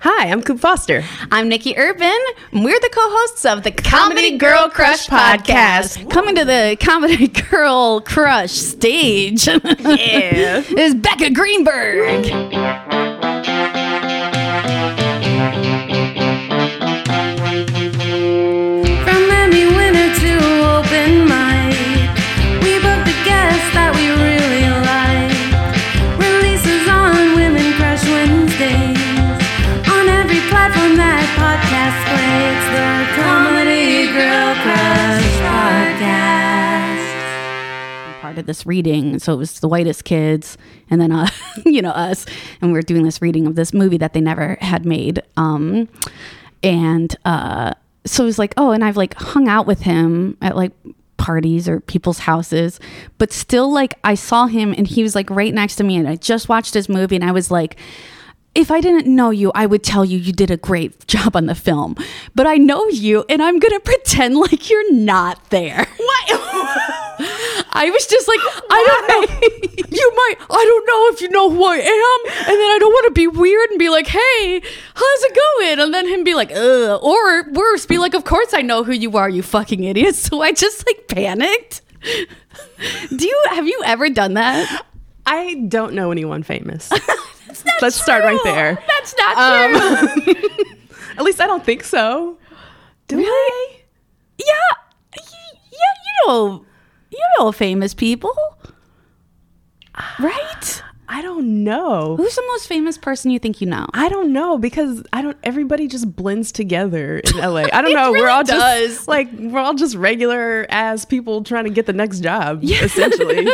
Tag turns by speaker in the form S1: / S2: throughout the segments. S1: Hi, I'm Coop Foster.
S2: I'm Nikki Urban. and We're the co-hosts of the Comedy, Girl Crush podcast, coming to the Comedy Girl Crush stage. Yeah, is Becca Greenberg.
S3: From Emmy winner to open mic, we booked the guests that we really like. Releases on Women Crush Wednesdays on every platform that podcast plays. The Comedy Girl Crush Podcast.
S2: Part of this reading, so it was the whitest kids, and then uh, you know us, and we are doing this reading of this movie that they never had made. Um, and uh, so it was like, oh, and I've like hung out with him at like parties or people's houses, but still like I saw him and he was like right next to me, and I just watched his movie, and I was like. if I didn't know you, I would tell you you did a great job on the film. But I know you, and I'm gonna pretend like you're not there. What? I was just like, I don't know. you might. I don't know if you know who I am, and then I don't want to be weird and be like, hey, how's it going? And then him be like, ugh. Or worse, be like, of course I know who you are, you fucking idiot. So I just like panicked. Do you have you ever done that?
S1: I don't know anyone famous. Let's start right there. Um,
S2: That's not true.
S1: At least I don't think so. Do I?
S2: Yeah, y- yeah, you know, you know, famous people, right?
S1: I don't know.
S2: Who's the most famous person you think you know?
S1: I don't know because I don't. Everybody just blends together in LA. I don't
S2: It
S1: know. we're
S2: really
S1: all
S2: does.
S1: just like we're all just regular ass people trying to get the next job, essentially.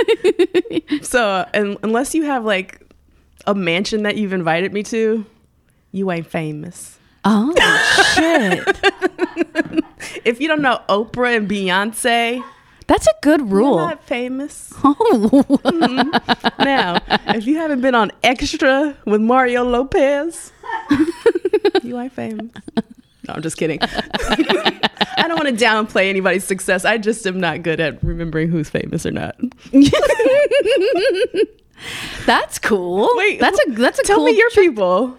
S1: so, un unless you have like a mansion that you've invited me to, you ain't famous.
S2: Oh shit,
S1: If you don't know Oprah and Beyonce,
S2: that's a good
S1: you're
S2: rule.
S1: not famous.
S2: Oh,
S1: Mm-hmm. now, if you haven't been on Extra with Mario Lopez, you ain't famous. No, I'm just kidding. I don't want to downplay anybody's success. I just am not good at remembering who's famous or not.
S2: that's cool.
S1: Wait,
S2: that's a that's a
S1: Tell
S2: cool
S1: me your people.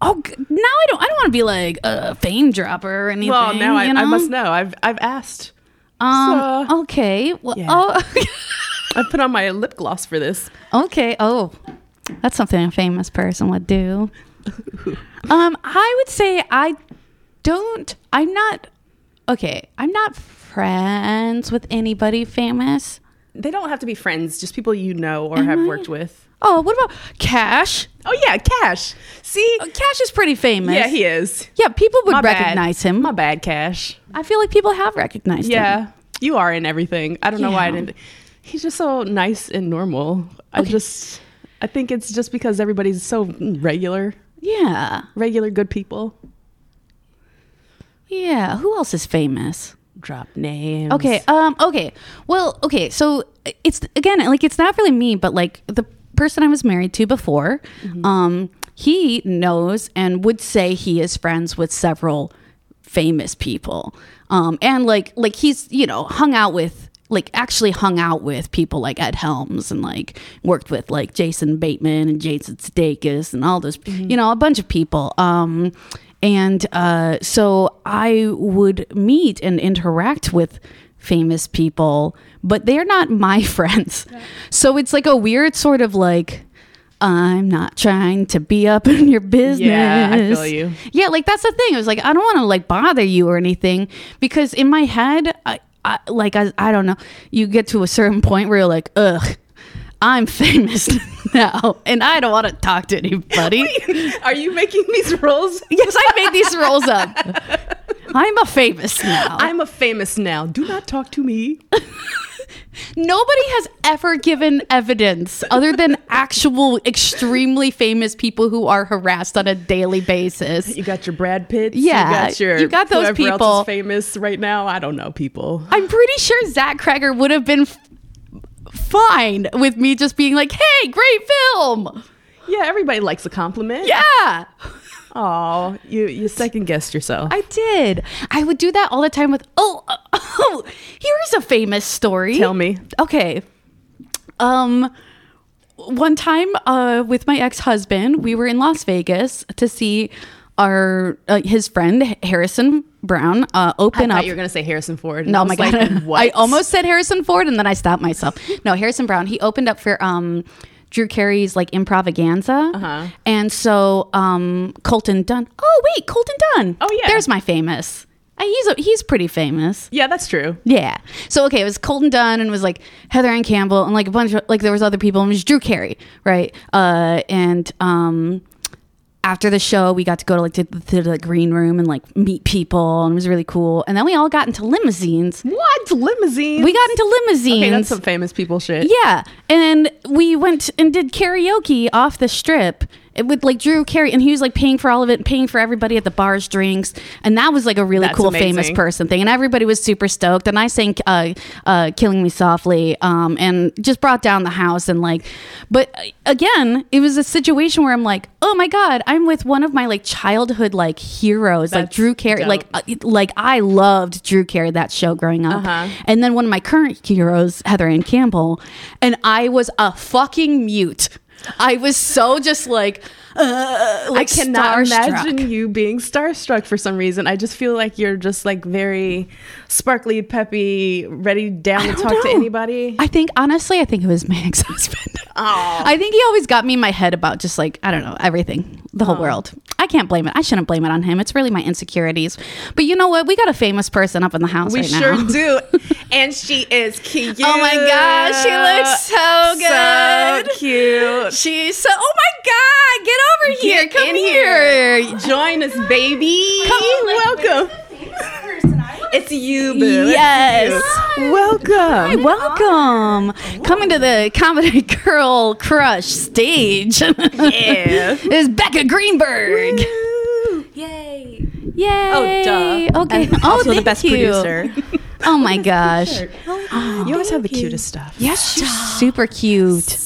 S2: oh, g- now I don't I don't want to be like a fame dropper or anything.
S1: Well, now I,
S2: you
S1: I must
S2: know?
S1: know. I've I've asked.
S2: Um,
S1: so-
S2: okay. Well,
S1: Yeah.
S2: oh,
S1: I put on my lip gloss for this.
S2: okay. Oh, that's something a famous person would do. Um, I would say I don't. I'm not. Okay, I'm not friends with anybody famous.
S1: They don't have to be friends, just people you know or
S2: Am
S1: have
S2: I?
S1: worked with.
S2: Oh, what about Cash?
S1: Oh yeah, Cash. See?
S2: Uh, Cash is pretty famous.
S1: Yeah, he is.
S2: Yeah, people would
S1: My bad.
S2: recognize him.
S1: My bad, Cash.
S2: I feel like people have recognized him.
S1: Yeah, you are in everything. I don't know why I
S2: Yeah.
S1: didn't. He's just so nice and normal. I just, I think it's just because everybody's so regular,
S2: Yeah.
S1: regular good people.
S2: Yeah. Who else is famous?
S1: Drop names.
S2: Okay. Um. Okay. Well. Okay. So it's again like it's not really me, but like the person I was married to before, um, he knows and would say he is friends with several famous people, um, and like like he's you know hung out with like actually hung out with people like Ed Helms and like worked with like Jason Bateman and Jason Sudeikis and all those
S1: Mm-hmm.
S2: you know a bunch of people. Um, and uh, so I would meet and interact with famous people, but they're not my friends. So it's like a weird sort of like, I'm not trying to be up in your business.
S1: Yeah, I feel you.
S2: Yeah, like that's the thing. It was like I don't want to like bother you or anything because in my head, I, I like I, I don't know. You get to a certain point where you're like, ugh, I'm famous now, and I don't want to talk to anybody.
S1: Are you making these rules?
S2: Yes, I made these rolls up. I'm a famous now.
S1: I'm a famous now. Do not talk to me.
S2: Nobody has ever given evidence other than actual extremely famous people who are harassed on a daily basis.
S1: You got your Brad Pitts.
S2: Yeah,
S1: you got your.
S2: you got those
S1: whoever else is
S2: people.
S1: famous right now. I don't know people.
S2: I'm pretty sure Zach Cregger would have been f- fine with me just being like, "Hey, great film."
S1: Yeah, everybody likes a compliment.
S2: Yeah.
S1: Oh, you you second guessed yourself.
S2: I did. I would do that all the time with, "Oh, uh, oh, here's a famous story."
S1: Tell me.
S2: Okay. Um one time uh with my ex-husband, we were in Las Vegas to see our uh, his friend Harrison Brown uh,
S1: I
S2: open
S1: thought
S2: up.
S1: you were gonna say Harrison Ford. and
S2: No,
S1: oh I
S2: my
S1: was
S2: God.
S1: like, what?
S2: I almost said Harrison Ford and then I stopped myself. No, Harrison Brown. He opened up for um, Drew Carey's like improvaganza.
S1: Uh-huh.
S2: And so um, Colton Dunn. Oh, wait, Colton Dunn.
S1: Oh, yeah.
S2: There's my famous. Uh, He's, a, he's pretty famous.
S1: Yeah, that's true.
S2: Yeah. So, okay, it was Colton Dunn and it was like Heather Ann Campbell and like a bunch of, like there was other people and it was Drew Carey, right? Uh, and, um, after the show, we got to go to like to, to the green room and like meet people, and it was really cool. And then we all got into limousines,
S1: What limousine?
S2: we got into limousines.
S1: Okay, that's some famous people shit.
S2: yeah, and we went and did karaoke off the strip with like Drew Carey, and he was like paying for all of it, and paying for everybody at the bars drinks, and that was like a really
S1: That's
S2: cool
S1: amazing.
S2: famous person thing, and everybody was super stoked. And I sang uh, uh, "Killing Me Softly," um, and just brought down the house, and like, but uh, again, it was a situation where I'm like, oh my god, I'm with one of my like childhood like heroes, like
S1: That's
S2: Drew Carey,
S1: dope.
S2: like uh, it- like I loved Drew Carey that show growing up,
S1: Uh-huh.
S2: and then one of my current heroes, Heather Ann Campbell, and I was a fucking mute. I was so just like, uh,
S1: I
S2: like
S1: cannot
S2: starstruck.
S1: imagine you being starstruck for some reason. I just feel like you're just like very sparkly, peppy, ready down to
S2: don't
S1: talk to
S2: know.
S1: anybody.
S2: I think honestly, I think it was my ex-husband.
S1: Aw.
S2: I think he always got me in my head about just like I don't know everything, the whole world. I can't blame it. I shouldn't blame it on him. It's really my insecurities. But you know what? We got a famous person up in the house
S1: we
S2: right
S1: sure
S2: now.
S1: do. And she is cute.
S2: Oh my gosh, she looks so good.
S1: So cute.
S2: She's so. Oh my God! Get over here!
S1: Get
S2: Come
S1: in
S2: here!
S1: Join us, baby.
S2: Come on.
S1: Welcome. It's you, boo. It's
S2: Yes.
S1: you. Welcome.
S2: Hey, welcome. Coming to the Comedy Girl Crush stage
S1: Yeah.
S2: is Becca Greenberg.
S3: Yay.
S2: Yay.
S1: Oh, duh.
S2: Okay.
S1: And
S2: oh,
S1: also the
S2: thank
S1: best
S2: you.
S1: producer.
S2: Oh, my gosh.
S4: Oh,
S1: You always have the cutest stuff.
S2: Yes, she's super cute.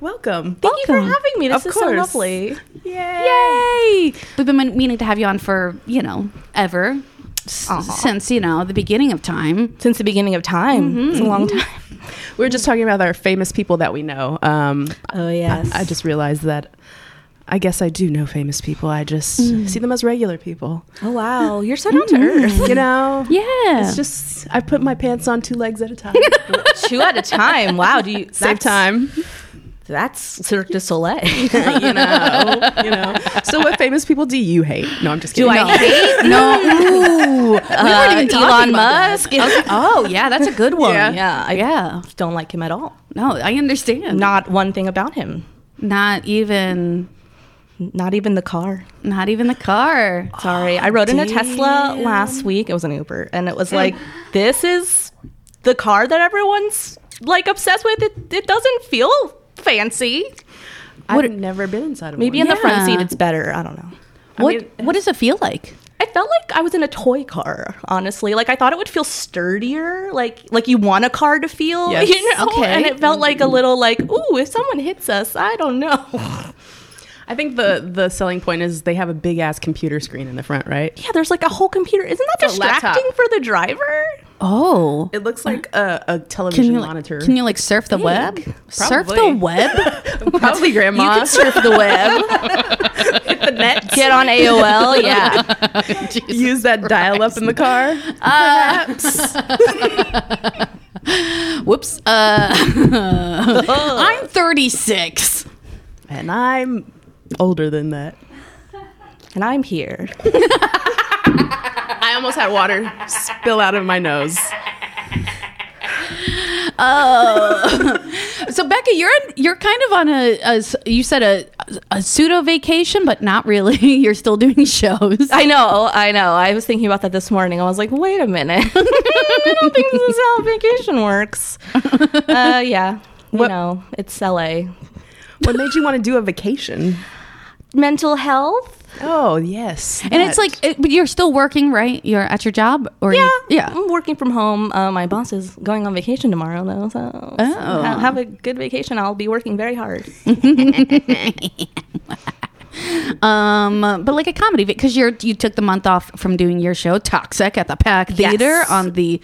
S1: Welcome. Oh,
S4: Thank you for
S2: Welcome.
S4: having me. This
S1: Of
S4: is so
S1: course.
S4: lovely.
S2: Yay. We've been meaning to have you on for, you know, ever. S- Since, you know, the beginning of time.
S4: Since the beginning of time, it's
S3: Mm-hmm.
S4: a long time.
S1: We were just talking about our famous people that we know. Um,
S4: Oh yes,
S1: I just realized that I guess I do know famous people. I just
S4: Mm.
S1: see them as regular people.
S4: Oh wow, you're so down to earth.
S1: You know?
S2: Yeah.
S1: It's just, I put my pants on two legs at a time.
S4: Two at a time. Wow, do you
S1: Save
S4: that's-
S1: time.
S4: That's Cirque du Soleil.
S1: you know, you know. So, what famous people do you hate? No, I'm just
S4: do
S1: kidding.
S4: I hate?
S2: no. Ooh. we
S4: Uh,
S2: weren't even talking
S4: Elon
S2: about
S4: Musk.
S2: that. Okay. Oh, yeah, that's a good one.
S1: Yeah.
S4: Yeah, I
S2: yeah.
S4: don't like him at all.
S2: No, I understand.
S4: Not one thing about him.
S2: not even
S4: Not even the car.
S2: not even the car.
S4: Sorry, I rode in a Tesla last week. It was an Uber, and it was like, this is the car that everyone's like obsessed with. It, it doesn't feel fancy.
S1: I've never been inside of
S4: Maybe
S1: one.
S4: in the front
S2: Yeah.
S4: seat, it's better. I don't know.
S2: What
S1: mean-
S2: what does it feel like?
S4: I felt like I was in a toy car, honestly. Like I thought it would feel sturdier, like like you want a car to feel,
S1: Yes.
S4: you know.
S2: Okay.
S4: And it felt like a little like, ooh, if someone hits us, I don't know.
S1: I think the the selling point is they have a big ass computer screen in the front, right?
S4: yeah, there's like a whole computer. Isn't that
S1: a laptop.
S4: distracting for the driver?
S2: Oh.
S1: It looks like a, a
S2: Can
S1: television
S2: you, like,
S1: monitor.
S2: can you like surf the web? Surf the
S1: Probably.
S2: web?
S1: Probably grandma.
S4: You can surf the web. Hit the net. Get on AOL. Yeah.
S1: use that dial up in the car.
S2: Whoops. Uh,
S4: Oh.
S2: I'm 36.
S1: And I'm older than that.
S4: and I'm here.
S1: I almost had water spill out of my nose.
S2: So Becca, you're you're kind of on a, a s- you said a, a pseudo vacation, but not really. You're still doing shows.
S4: I know, I know. I was thinking about that this morning. I was like, wait a minute. I don't think this is how vacation works. Uh, yeah. You know, it's LA.
S1: What made you want to do a vacation?
S4: Mental health.
S1: Oh, yes.
S2: and it's like, it, but you're still working, right? You're at your job, or
S4: Yeah,
S2: you- yeah.
S4: I'm working from home. Uh, my boss is going on vacation tomorrow, though. So
S2: Oh.
S4: ha- have a good vacation. I'll be working very hard.
S2: Um, but like a comedy because you're you took the month off from doing your show Toxic at the Pack
S4: Yes.
S2: Theater on the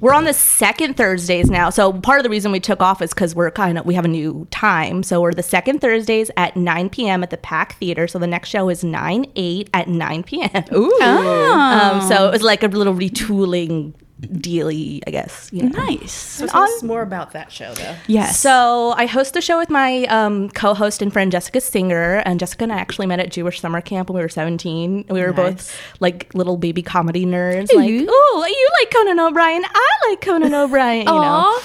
S4: we're on the second Thursdays now. So part of the reason we took off is because we're kind of we have a new time. So we're the second Thursdays at 9 p.m. at the Pack Theater. So the next show is 9 8 at 9 p.m. Ooh. Um, so it was like a little retooling dealy, I guess. You know.
S2: Nice.
S1: Tell us more about that show, though.
S2: Yes.
S4: So I host the show with my um, co-host and friend Jessica Singer, and Jessica and I actually met at Jewish summer camp when we were seventeen. We were both like little baby comedy nerds. Like, oh, you like Conan O'Brien? I like Conan O'Brien. You know.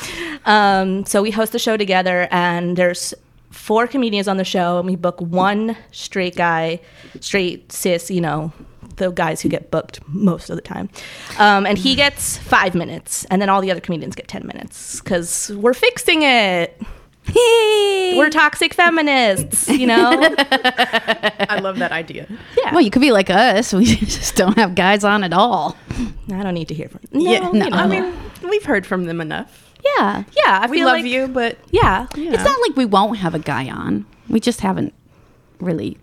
S4: Um, so we host the show together, and there's four comedians on the show, and we book one straight guy, straight cis. You know. The guys who get booked most of the time, um, and he gets five minutes, and then all the other comedians get ten minutes because we're fixing it. We're toxic feminists, you know?
S1: I love that idea.
S4: yeah.
S2: well, you could be like us. We just don't have guys on at all.
S4: I don't need to hear from no,
S1: yeah,
S4: you know.
S1: I mean, we've heard from them enough.
S2: Yeah.
S4: yeah, I
S1: We
S4: feel
S1: love
S4: like,
S1: you, but
S4: Yeah.
S2: It's not like we won't have a guy on. We just haven't really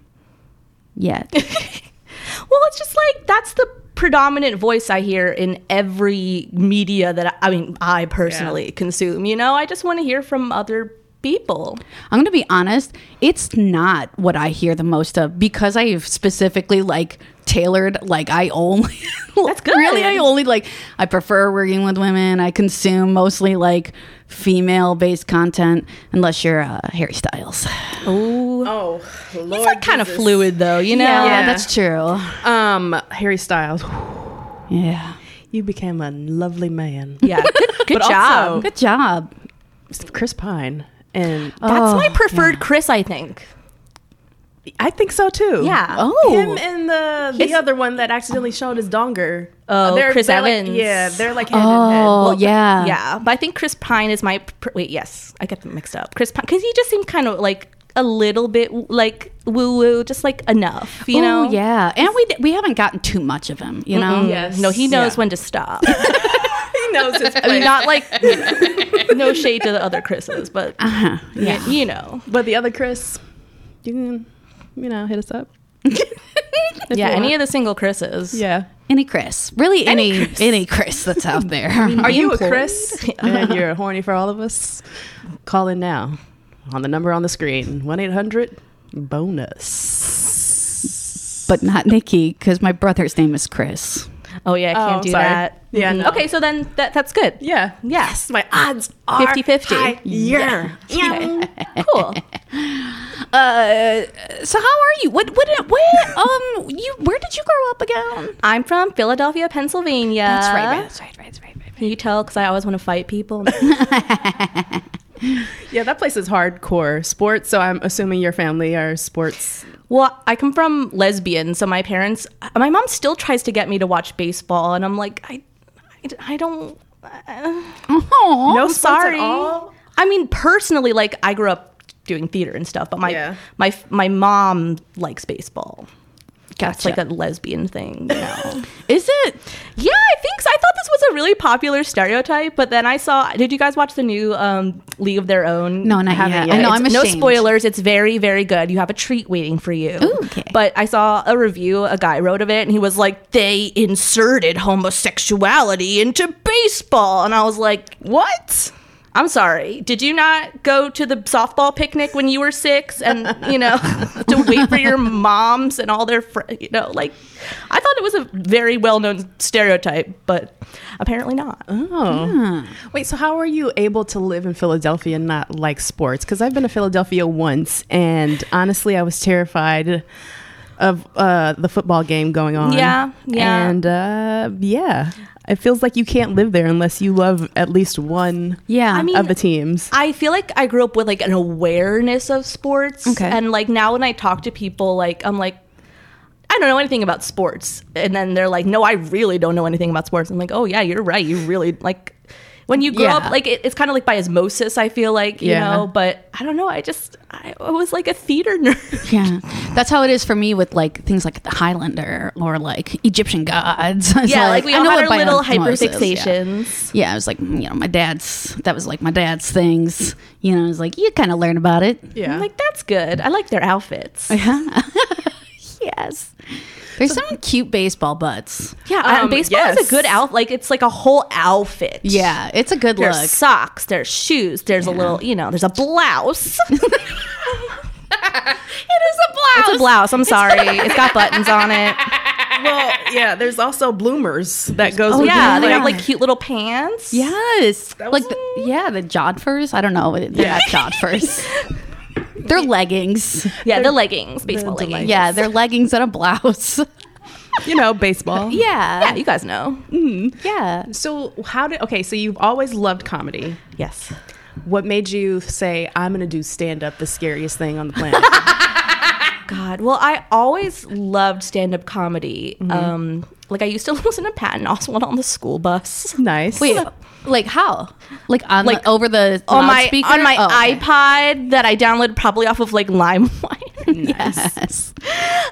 S2: yet.
S4: Well, it's just like that's the predominant voice I hear in every media that I, I mean, I personally consume, you know? I just want to hear from other people.
S2: I'm going to be honest, it's not what I hear the most of because I've specifically like tailored like I only
S4: That's good.
S2: Really I only like I prefer working with women. I consume mostly like female based content unless you're uh, Harry Styles.
S1: oh, Lord,
S4: It's like kind of
S1: Jesus.
S4: fluid though, you know?
S1: Yeah.
S2: that's true.
S1: Um, Harry Styles,
S2: Yeah.
S1: you became a lovely man.
S4: Yeah. Good, good
S1: But
S4: job.
S1: also-
S2: Good job.
S1: Chris Pine, and
S4: that's
S2: Oh,
S4: my preferred Chris, I think.
S1: I think so too.
S4: Yeah.
S2: Oh.
S1: Him and the the other one that accidentally showed his donger. Uh,
S4: Oh,
S1: They're-
S4: Chris
S1: they're like-
S4: Evans.
S1: yeah, they're like hand in hand.
S2: Oh, yeah.
S4: Yeah, but I think Chris Pine is my pr- wait. Yes, I get them mixed up. Chris Pine because he just seemed kind of like a little bit like woo woo, just like enough, you
S2: Ooh,
S4: know?
S2: yeah. And we we haven't gotten too much of him, you know.
S1: Yes.
S4: No, he knows
S1: Yeah.
S4: when to stop.
S1: He knows his
S4: I
S1: place.
S4: mean, not like no shade to the other Chris's, but Uh, yeah, you know.
S1: but the other Chris, you can you know hit us up.
S4: Yeah,
S1: you
S4: any
S1: want.
S4: of the single Chris's.
S1: Yeah.
S2: Any Chris. Really any any Chris, that's out there.
S1: Are you a Chris and you're horny for all of us? Call in now on the number on the screen 1 800 bonus.
S2: but not Nikki because my brother's name is Chris.
S4: Oh yeah, I can't
S1: Oh,
S4: do
S1: sorry.
S4: that.
S1: Yeah,
S4: Mm.
S1: no.
S4: Okay, so then that that's good.
S1: Yeah.
S4: Yes.
S1: My odds are
S4: 50-50.
S1: high. Yeah.
S4: Cool.
S2: Uh, so how are you? What what where um you where did you grow up again?
S4: I'm from Philadelphia, Pennsylvania.
S2: That's right,
S4: Uh,
S2: right, that's right, right, that's right, right. right.
S4: Can you tell? Because I always want to fight people.
S1: Yeah, that place is hardcore sports. So I'm assuming your family are sports.
S4: Well, I come from lesbian, so my parents, my mom still tries to get me to watch baseball, and I'm like, I, I, I don't. Uh,
S2: Oh,
S1: No
S4: I'm
S1: sports at
S4: sorry.
S1: all?
S4: I mean, personally, like I grew up doing theater and stuff, but my
S1: Yeah.
S4: my my mom likes baseball. That's
S2: gotcha.
S4: like a lesbian thing. You know?
S2: is it?
S4: yeah, I think so. I thought this was a really popular stereotype, but then I saw. Did you guys watch the new um, League of Their Own?
S2: No, not
S1: Haven't
S2: yet.
S1: yet.
S2: I know
S4: It's-
S2: I'm
S4: no
S2: ashamed.
S4: spoilers. It's very, very good. You have a treat waiting for you.
S2: Ooh, okay.
S4: But I saw a review. A guy wrote of it, and he was like, "They inserted homosexuality into baseball," and I was like, "What?" I'm sorry. Did you not go to the softball picnic when you were six, and you know, to wait for your moms and all their friends? You know, like, I thought it was a very well-known stereotype, but apparently not.
S1: Oh. Wait, so how are you able to live in Philadelphia and not like sports? Because I've been to Philadelphia once, and honestly, I was terrified of uh, the football game going on.
S4: Yeah, yeah.
S1: And uh, yeah, it feels like you can't live there unless you love at least one
S2: Yeah.
S4: I mean-
S1: of the teams.
S4: I feel like I grew up with like an awareness of sports.
S2: Okay.
S4: And like now when I talk to people, like I'm like, I don't know anything about sports. And then they're like, no, I really don't know anything about sports. I'm like, oh yeah, you're right. You really like when you grow
S2: Yeah.
S4: up, like it, it's kind of like by osmosis, I feel like, you
S1: Yeah.
S4: know, but I don't know. I just, I, I was like a theater nerd.
S2: Yeah, that's how it is for me with like things like the Highlander or like Egyptian gods. It's
S4: yeah. Like, we all had
S2: it
S4: our
S2: by
S4: little
S2: osmosis, yeah.
S4: hyperfixations.
S2: Yeah, I was like, mm, you know, my dad's. That was like my dad's things. You know, I was like, you kind of learn about it.
S1: yeah.
S4: I'm like, that's good. I like their outfits.
S2: yes. There's some cute baseball butts.
S4: Yeah, uh,
S1: Um,
S4: baseball is
S1: yes.
S4: a good outfit. Like it's like a whole outfit.
S2: Yeah, it's a good
S4: There's
S2: look.
S4: socks, there's shoes, there's a little, you know, there's a blouse. it is a blouse. It's a blouse. I'm sorry. it's got buttons on it.
S1: well, yeah. There's also bloomers that goes. with
S4: Oh, yeah, they
S1: it.
S4: have
S2: yeah.
S4: like cute little pants.
S2: Yes,
S1: was-
S2: like the, yeah, the jodhpurs. I don't know. They're
S1: Yeah.
S2: not jodhpers. They're leggings.
S4: Yeah, the leggings, baseball
S1: delightful.
S4: leggings.
S2: Yeah, they're leggings and a blouse.
S1: you know baseball.
S4: Yeah,
S2: Yeah,
S4: you guys know.
S2: yeah.
S1: So how did? Okay, so you've always loved comedy.
S4: Yes.
S1: What made you say I'm going to do stand up, the scariest thing on the planet?
S4: God. Well, I always loved stand up comedy. Um, like I used to listen to Patton Oswalt on the school bus.
S1: nice.
S2: Wait, like how? Like on
S4: Like,
S2: like over the
S4: on my
S2: loudspeaker?
S4: on my
S2: Oh, okay.
S4: iPod that I downloaded probably off of like LimeWire.
S2: Yes.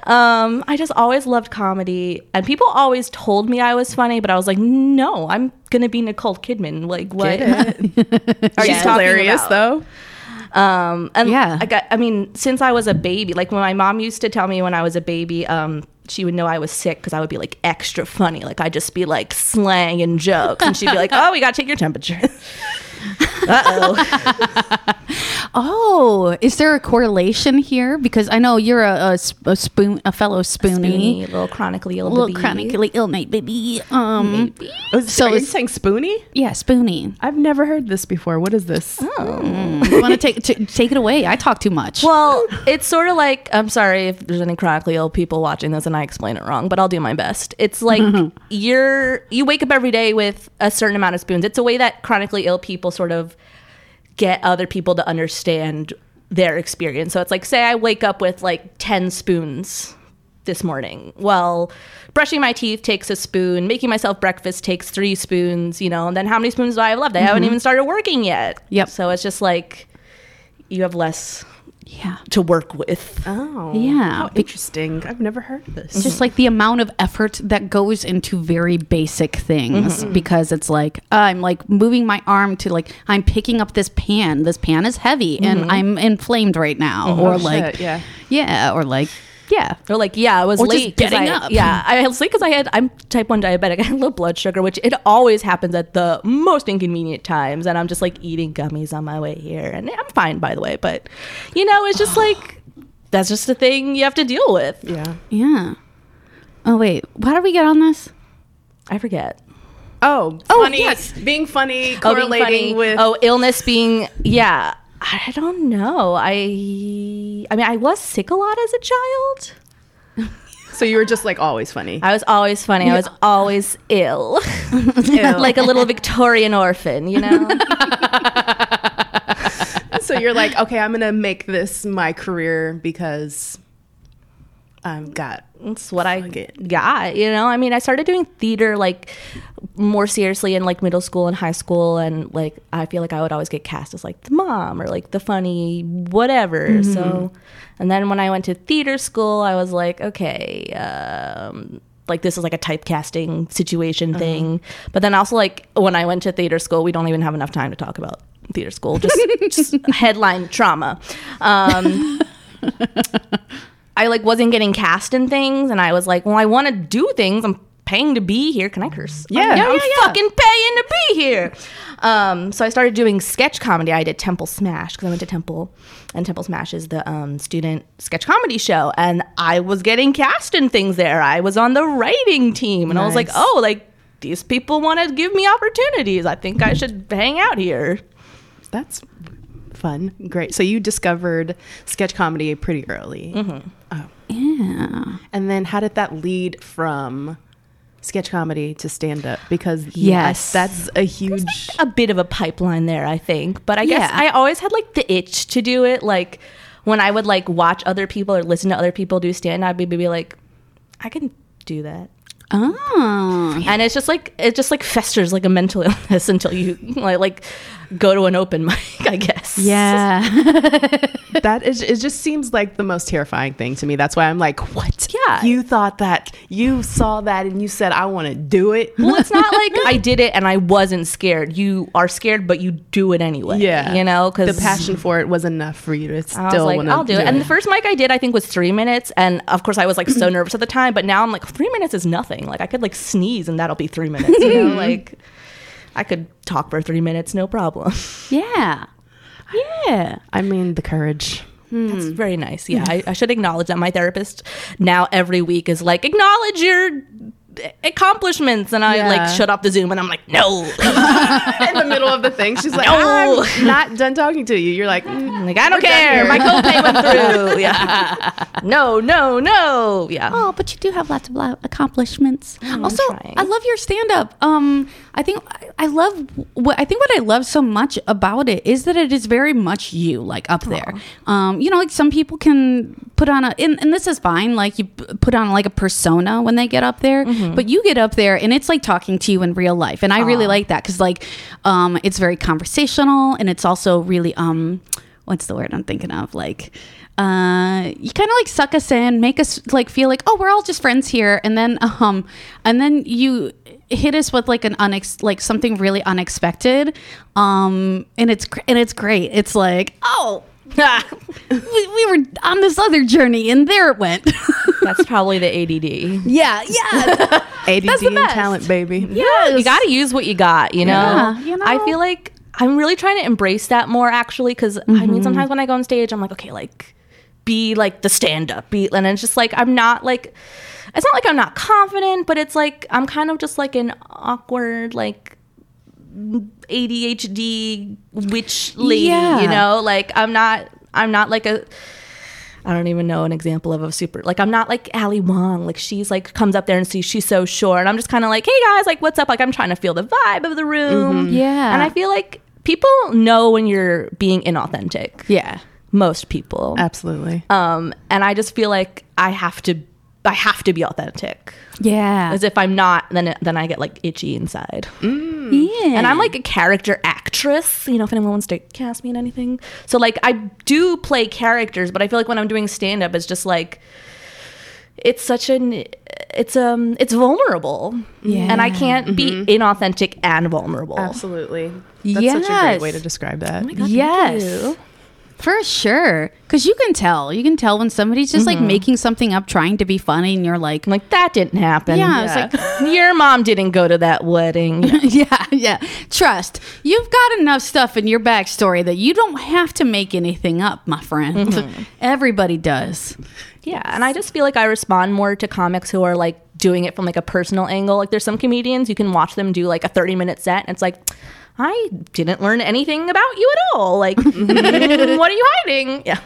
S4: um, I just always loved comedy, and people always told me I was funny, but I was like, no, I'm gonna be Nicole Kidman. Like, what? Are
S1: She's
S4: you talking
S1: hilarious
S4: about?
S1: though.
S4: Um, and
S2: Yeah.
S4: I got, I mean, since I was a baby, like when my mom used to tell me when I was a baby, um, she would know I was sick because I would be like extra funny. Like I'd just be like slang and jokes, and she'd be like, "Oh, we gotta take your temperature." uh oh.
S2: Oh, is there a correlation here? Because I know you're a, a, sp- a spoon, a fellow spoonie,
S4: little chronically ill.
S2: little
S4: baby.
S2: chronically ill night baby. Um,
S1: Oh, is-
S2: So
S1: are you
S2: it's-
S1: saying spoony?
S2: yeah, spoonie.
S1: I've never heard this before. What is this? Oh.
S2: you want to take t- take it away? I talk too much.
S4: Well, it's sort of like I'm sorry if there's any chronically ill people watching this and I explain it wrong, but I'll do my best. It's like you're you wake up every day with a certain amount of spoons. It's a way that chronically ill people sort of get other people to understand their experience. So it's like say I wake up with like 10 spoons this morning. Well, brushing my teeth takes a spoon, making myself breakfast takes 3 spoons, you know. And then how many spoons do I have left? I haven't even started working yet.
S2: Mm-hmm. Yep.
S4: So it's just like you have less
S2: yeah,
S4: to work with.
S1: Oh,
S2: Yeah.
S1: How interesting. I've never heard this.
S2: just like the amount of effort that goes into very basic things
S1: Mm-hmm.
S2: because it's like uh, I'm like moving my arm to like I'm picking up this pan. This pan is heavy and I'm inflamed right now, or
S1: Mm-hmm. Oh,
S2: like
S1: shit, yeah.
S2: yeah, or like yeah.
S4: They're like, yeah, I was
S2: Or just
S4: late. 'cause
S2: getting
S4: I-
S2: up.
S4: Yeah, I was late because I had I'm type one diabetic. I had low blood sugar, which it always happens at the most inconvenient times, and I'm just like eating gummies on my way here, and I'm fine by the way. But you know, it's just like that's just a thing you have to deal with.
S1: yeah.
S2: Yeah. Oh wait, how did we get on this?
S4: I forget.
S1: Oh,
S2: Oh,
S1: funny.
S2: yes.
S1: Being funny,
S4: Oh, being
S1: correlating
S4: funny.
S1: with.
S4: oh illness being yeah. I don't know. I I mean, I was sick a lot as a child.
S1: So you were just like always funny.
S4: I was always funny. I was always ill. like a little Victorian orphan, you know?
S1: so you're like, okay, I'm going to make this my career because I've got.
S4: That's what I
S1: Fuck it.
S4: got, you know? I mean, I started doing theater like more seriously in like middle school and high school. And like, I feel like I would always get cast as like the mom or like the funny whatever. So,
S1: Mm-hmm.
S4: and then when I went to theater school, I was like, okay, um, like this is like a typecasting situation
S1: Uh-huh.
S4: thing. But then also like when I went to theater school, we don't even have enough time to talk about theater school, just, just headline trauma. Um, I like wasn't getting cast in things, and I was like, well, I want to do things. I'm paying to be here. Can I curse?
S1: Yeah.
S4: I'm,
S1: Yeah,
S4: I'm
S1: yeah, yeah.
S4: fucking paying to be here. Um, so I started doing sketch comedy. I did Temple Smash because I went to Temple, and Temple Smash is the um, student sketch comedy show, and I was getting cast in things there. I was on the writing team, and I was like,
S1: Nice.
S4: oh, like these people want to give me opportunities. I think I should hang out here.
S1: That's fun. Great. So you discovered sketch comedy pretty early.
S4: Mm-hmm.
S2: Yeah.
S1: And then how did that lead from sketch comedy to stand up? Because
S2: Yes.
S1: that's a huge.
S4: a bit of a pipeline there, I think. But I
S2: Yeah.
S4: guess I always had like the itch to do it. Like when I would like watch other people or listen to other people do stand, I'd be, be like, I can do that.
S2: Oh.
S4: and it's just like it just like festers like a mental illness until you like like go to an open mic, I guess.
S2: Yeah.
S1: that is it just seems like the most terrifying thing to me that's why i'm like what
S4: Yeah.
S1: you thought that you saw that and you said i want to do it
S4: Well, it's not like I did it and I wasn't scared. You are scared, but you do it anyway.
S1: yeah
S4: you know, because
S1: the passion for it was enough for you to
S4: I
S1: still
S4: was like,
S1: want to
S4: I'll do it. And the first mic I did, I think, was three minutes. And of course, I was like so nervous at the time. But now I'm like, three minutes is nothing. Like I could like sneeze and that'll be three minutes. You know, like I could talk for three minutes, no problem.
S2: yeah. Yeah.
S1: i mean the courage
S4: That's very nice. Yeah, I, I should acknowledge that my therapist now every week is like, acknowledge your accomplishments, and I
S1: Yeah.
S4: like shut off the Zoom, and I'm like, no,
S1: in the middle of the thing she's like
S4: No.
S1: i'm not done talking to you you're like mm,
S4: I'm like I don't care. My copay went through. Yeah, no, no, no. Yeah.
S2: Oh, but you do have lots of lo- accomplishments. also,
S4: trying.
S2: I love your stand up. Um, I think I- I love what I think what I love so much about it is that it is very much you, like up there. Um, you know, like some people can put on a and, and this is fine. Like you p- put on like a persona when they get up there, but you get up there and it's like talking to you in real life, and I really like that because like, um, it's very conversational and it's also really um, what's the word I'm thinking of like uh you kind of like suck us in make us like feel like oh we're all just friends here and then um and then you hit us with like an unex like something really unexpected um and it's gr- and it's great it's like oh we, we were on this other journey and there it went
S4: That's probably the ADD.
S2: yeah yeah
S1: add
S2: the
S1: and
S2: best.
S1: talent baby
S4: Yeah, you got to use what you got. You know.
S2: Yeah, you know.
S4: I feel like I'm really trying to embrace that more actually, because I
S2: Mm-hmm.
S4: mean, sometimes when I go on stage, I'm like, okay, like be like the stand up, be, and it's just like I'm not like. It's not like I'm not confident, but it's like I'm kind of just like an awkward, like ADHD witch lady,
S2: Yeah.
S4: you know? Like I'm not I'm not like a I don't even know an example of a super like I'm not like Ali Wong. Like she's like comes up there and sees she's so sure and I'm just kinda like, hey guys, like what's up? Like I'm trying to feel the vibe of the room.
S2: Mm-hmm. Yeah.
S4: And I feel like people know when you're being inauthentic.
S2: yeah
S4: Most people.
S1: Uh. absolutely
S2: Oh.
S4: Um and I just feel like I have to I have to be authentic.
S2: yeah
S4: As if I'm not, then then I get like itchy inside.
S2: yeah
S4: And I'm like a character actress, you know, if anyone wants to cast me in anything. So like I do play characters, but I feel like when I'm doing stand up it's just like it's such an it's um it's vulnerable.
S2: Yeah. Mm-hmm.
S4: And I can't be inauthentic and vulnerable. Oh
S1: absolutely that's such a
S2: Yes.
S1: great way to describe that
S2: yes For sure. Because you can tell. You can tell when somebody's just like making something up, trying to be funny, and you're like,
S4: I'm like that didn't happen.
S2: yeah, it's like,
S4: Your mom didn't go to that wedding.
S2: yeah, yeah. Trust. You've got enough stuff in your backstory that you don't have to make anything up, my friend. Everybody does.
S4: Yeah, and I just feel like I respond more to comics who are like doing it from like a personal angle. Like there's some comedians you can watch them do like a 30 minute set and it's like I didn't learn anything about you at all. Like what are you hiding? Yeah.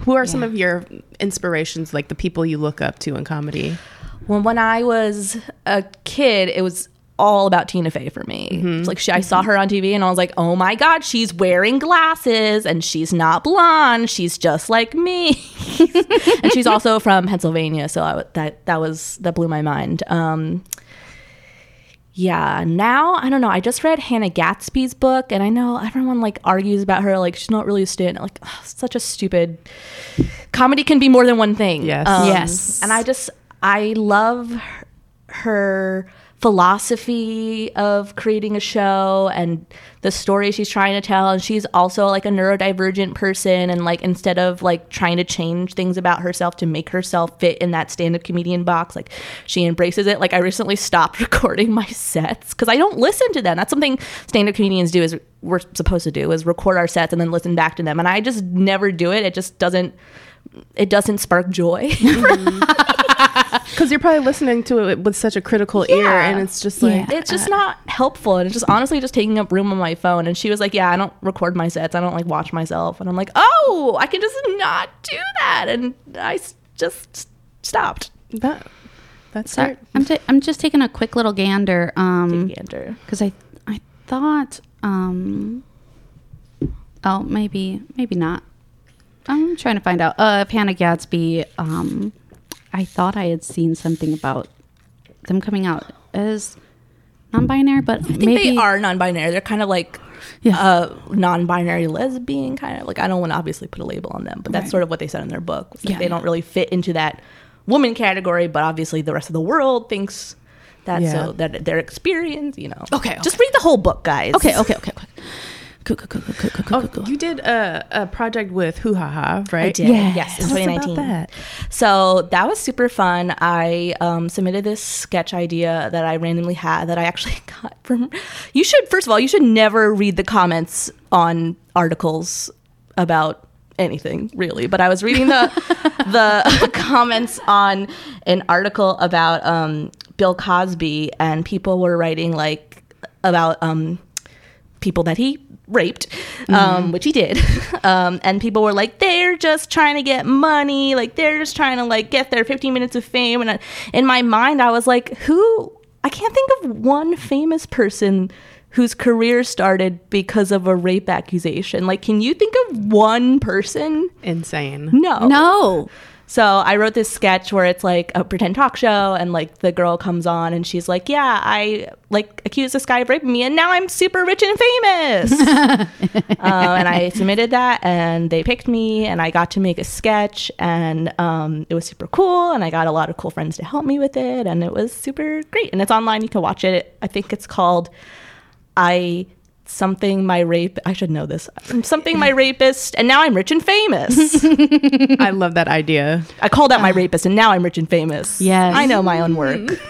S1: who are some of your inspirations like the people you look up to in comedy
S4: Well, when I was a kid, it was all about Tina Fey for me. It's like she, I saw her on TV and I was like, "Oh my god, she's wearing glasses and she's not blonde. She's just like me." and she's also from Pennsylvania, so I, w- that that was that blew my mind. Um yeah, now I don't know. I just read Hannah Gatsby's book, and I know everyone like argues about her, like she's not really a stand. Like ugh, such a stupid comedy can be more than one thing. Um,
S1: Yes.
S2: Yes.
S4: And I just I love her- her philosophy of creating a show and the story she's trying to tell. And she's also like a neurodivergent person, and like instead of like trying to change things about herself to make herself fit in that stand-up comedian box, like she embraces it. Like I recently stopped recording my sets because I don't listen to them. That's something stand-up comedians do is we're supposed to do is record our sets and then listen back to them. And I just never do it. It just doesn't it doesn't spark joy.
S1: because you're probably listening to it with such a critical ear
S4: Yeah.
S1: and it's just like
S4: it's just not helpful and it's just honestly just taking up room on my phone and she was like yeah i don't record my sets i don't like watch myself and i'm like oh i can just not do that and i s- just s- stopped
S1: that that's
S2: Sorry.
S1: it.
S2: I'm, ta- I'm just taking a quick little gander. Um,
S4: gander
S2: because I I thought um oh maybe maybe not I'm trying to find out uh if Hannah Gadsby um I thought I had seen something about them coming out as non-binary, but
S4: I think
S2: maybe
S4: they are non-binary. They're kind of like
S2: Yeah.
S4: uh, non-binary lesbian, kind of like I don't want to obviously put a label on them, but that's sort of what they said in their book. It's like
S2: Yeah.
S4: they don't really fit into that woman category, but obviously the rest of the world thinks that
S1: Yeah.
S4: so that their experience, you know.
S2: Okay,
S4: just read the whole book, guys. Oh,
S2: Okay, okay, okay, okay. Cool, cool, cool, cool, cool, cool, cool, cool.
S1: Oh, You did a, a project with Hoo Ha Ha, right?
S4: I did.
S2: Yes.
S4: Yes, in
S1: Tell us
S4: 2019.
S1: about that.
S4: So that was super fun. I um, submitted this sketch idea that I randomly had that I actually got from. You should, first of all, you should never read the comments on articles about anything really but i was reading the the comments on an article about um bill cosby and people were writing like about um people that he raped, um, which he did. um, and people were like, they're just trying to get money. Like, they're just trying to, like, get their 15 minutes of fame. And I, in my mind, I was like, who? I can't think of one famous person whose career started because of a rape accusation. Like, can you think of one person?
S1: Insane.
S4: No.
S2: No.
S4: So I wrote this sketch where it's like a pretend talk show, and like the girl comes on and she's like, "Yeah, I like accused this guy of raping me, and now I'm super rich and famous." um, and I submitted that, and they picked me, and I got to make a sketch, and um, it was super cool, and I got a lot of cool friends to help me with it, and it was super great. And it's online; you can watch it. I think it's called "I." Something my rape, I should know this. Something my rapist, and now I'm rich and famous.
S1: I love that idea.
S4: I called out my rapist, and now I'm rich and famous.
S2: Yes.
S4: I know my own work.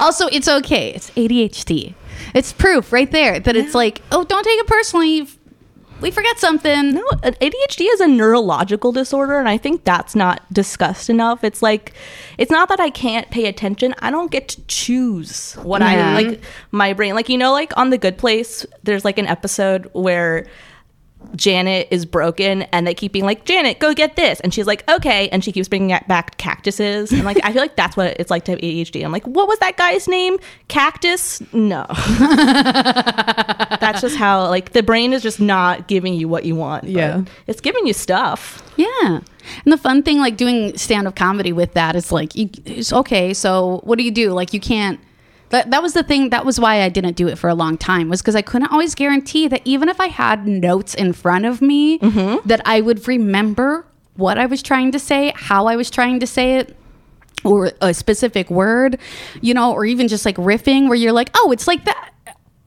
S2: Also, it's okay. It's ADHD. It's proof right there that it's like, oh, don't take it personally. We forgot something.
S4: No, ADHD is a neurological disorder, and I think that's not discussed enough. It's like, it's not that I can't pay attention. I don't get to choose what
S2: Yeah.
S4: I like. My brain, like you know, like on The Good Place, there's like an episode where Janet is broken, and they keep being like, Janet, go get this, and she's like, okay, and she keeps bringing a- back cactuses, and like I feel like that's what it's like to have ADHD. I'm like, what was that guy's name? Cactus? No. that's just how like the brain is just not giving you what you want. but
S1: Yeah.
S4: it's giving you stuff.
S2: Yeah. And the fun thing, like doing stand up comedy with that, is like, you, it's okay. So what do you do? Like, you can't. That, that was the thing. That was why I didn't do it for a long time, was because I couldn't always guarantee that even if I had notes in front of me, that I would remember what I was trying to say, how I was trying to say it, or a specific word, you know, or even just like riffing where you're like, oh, it's like that.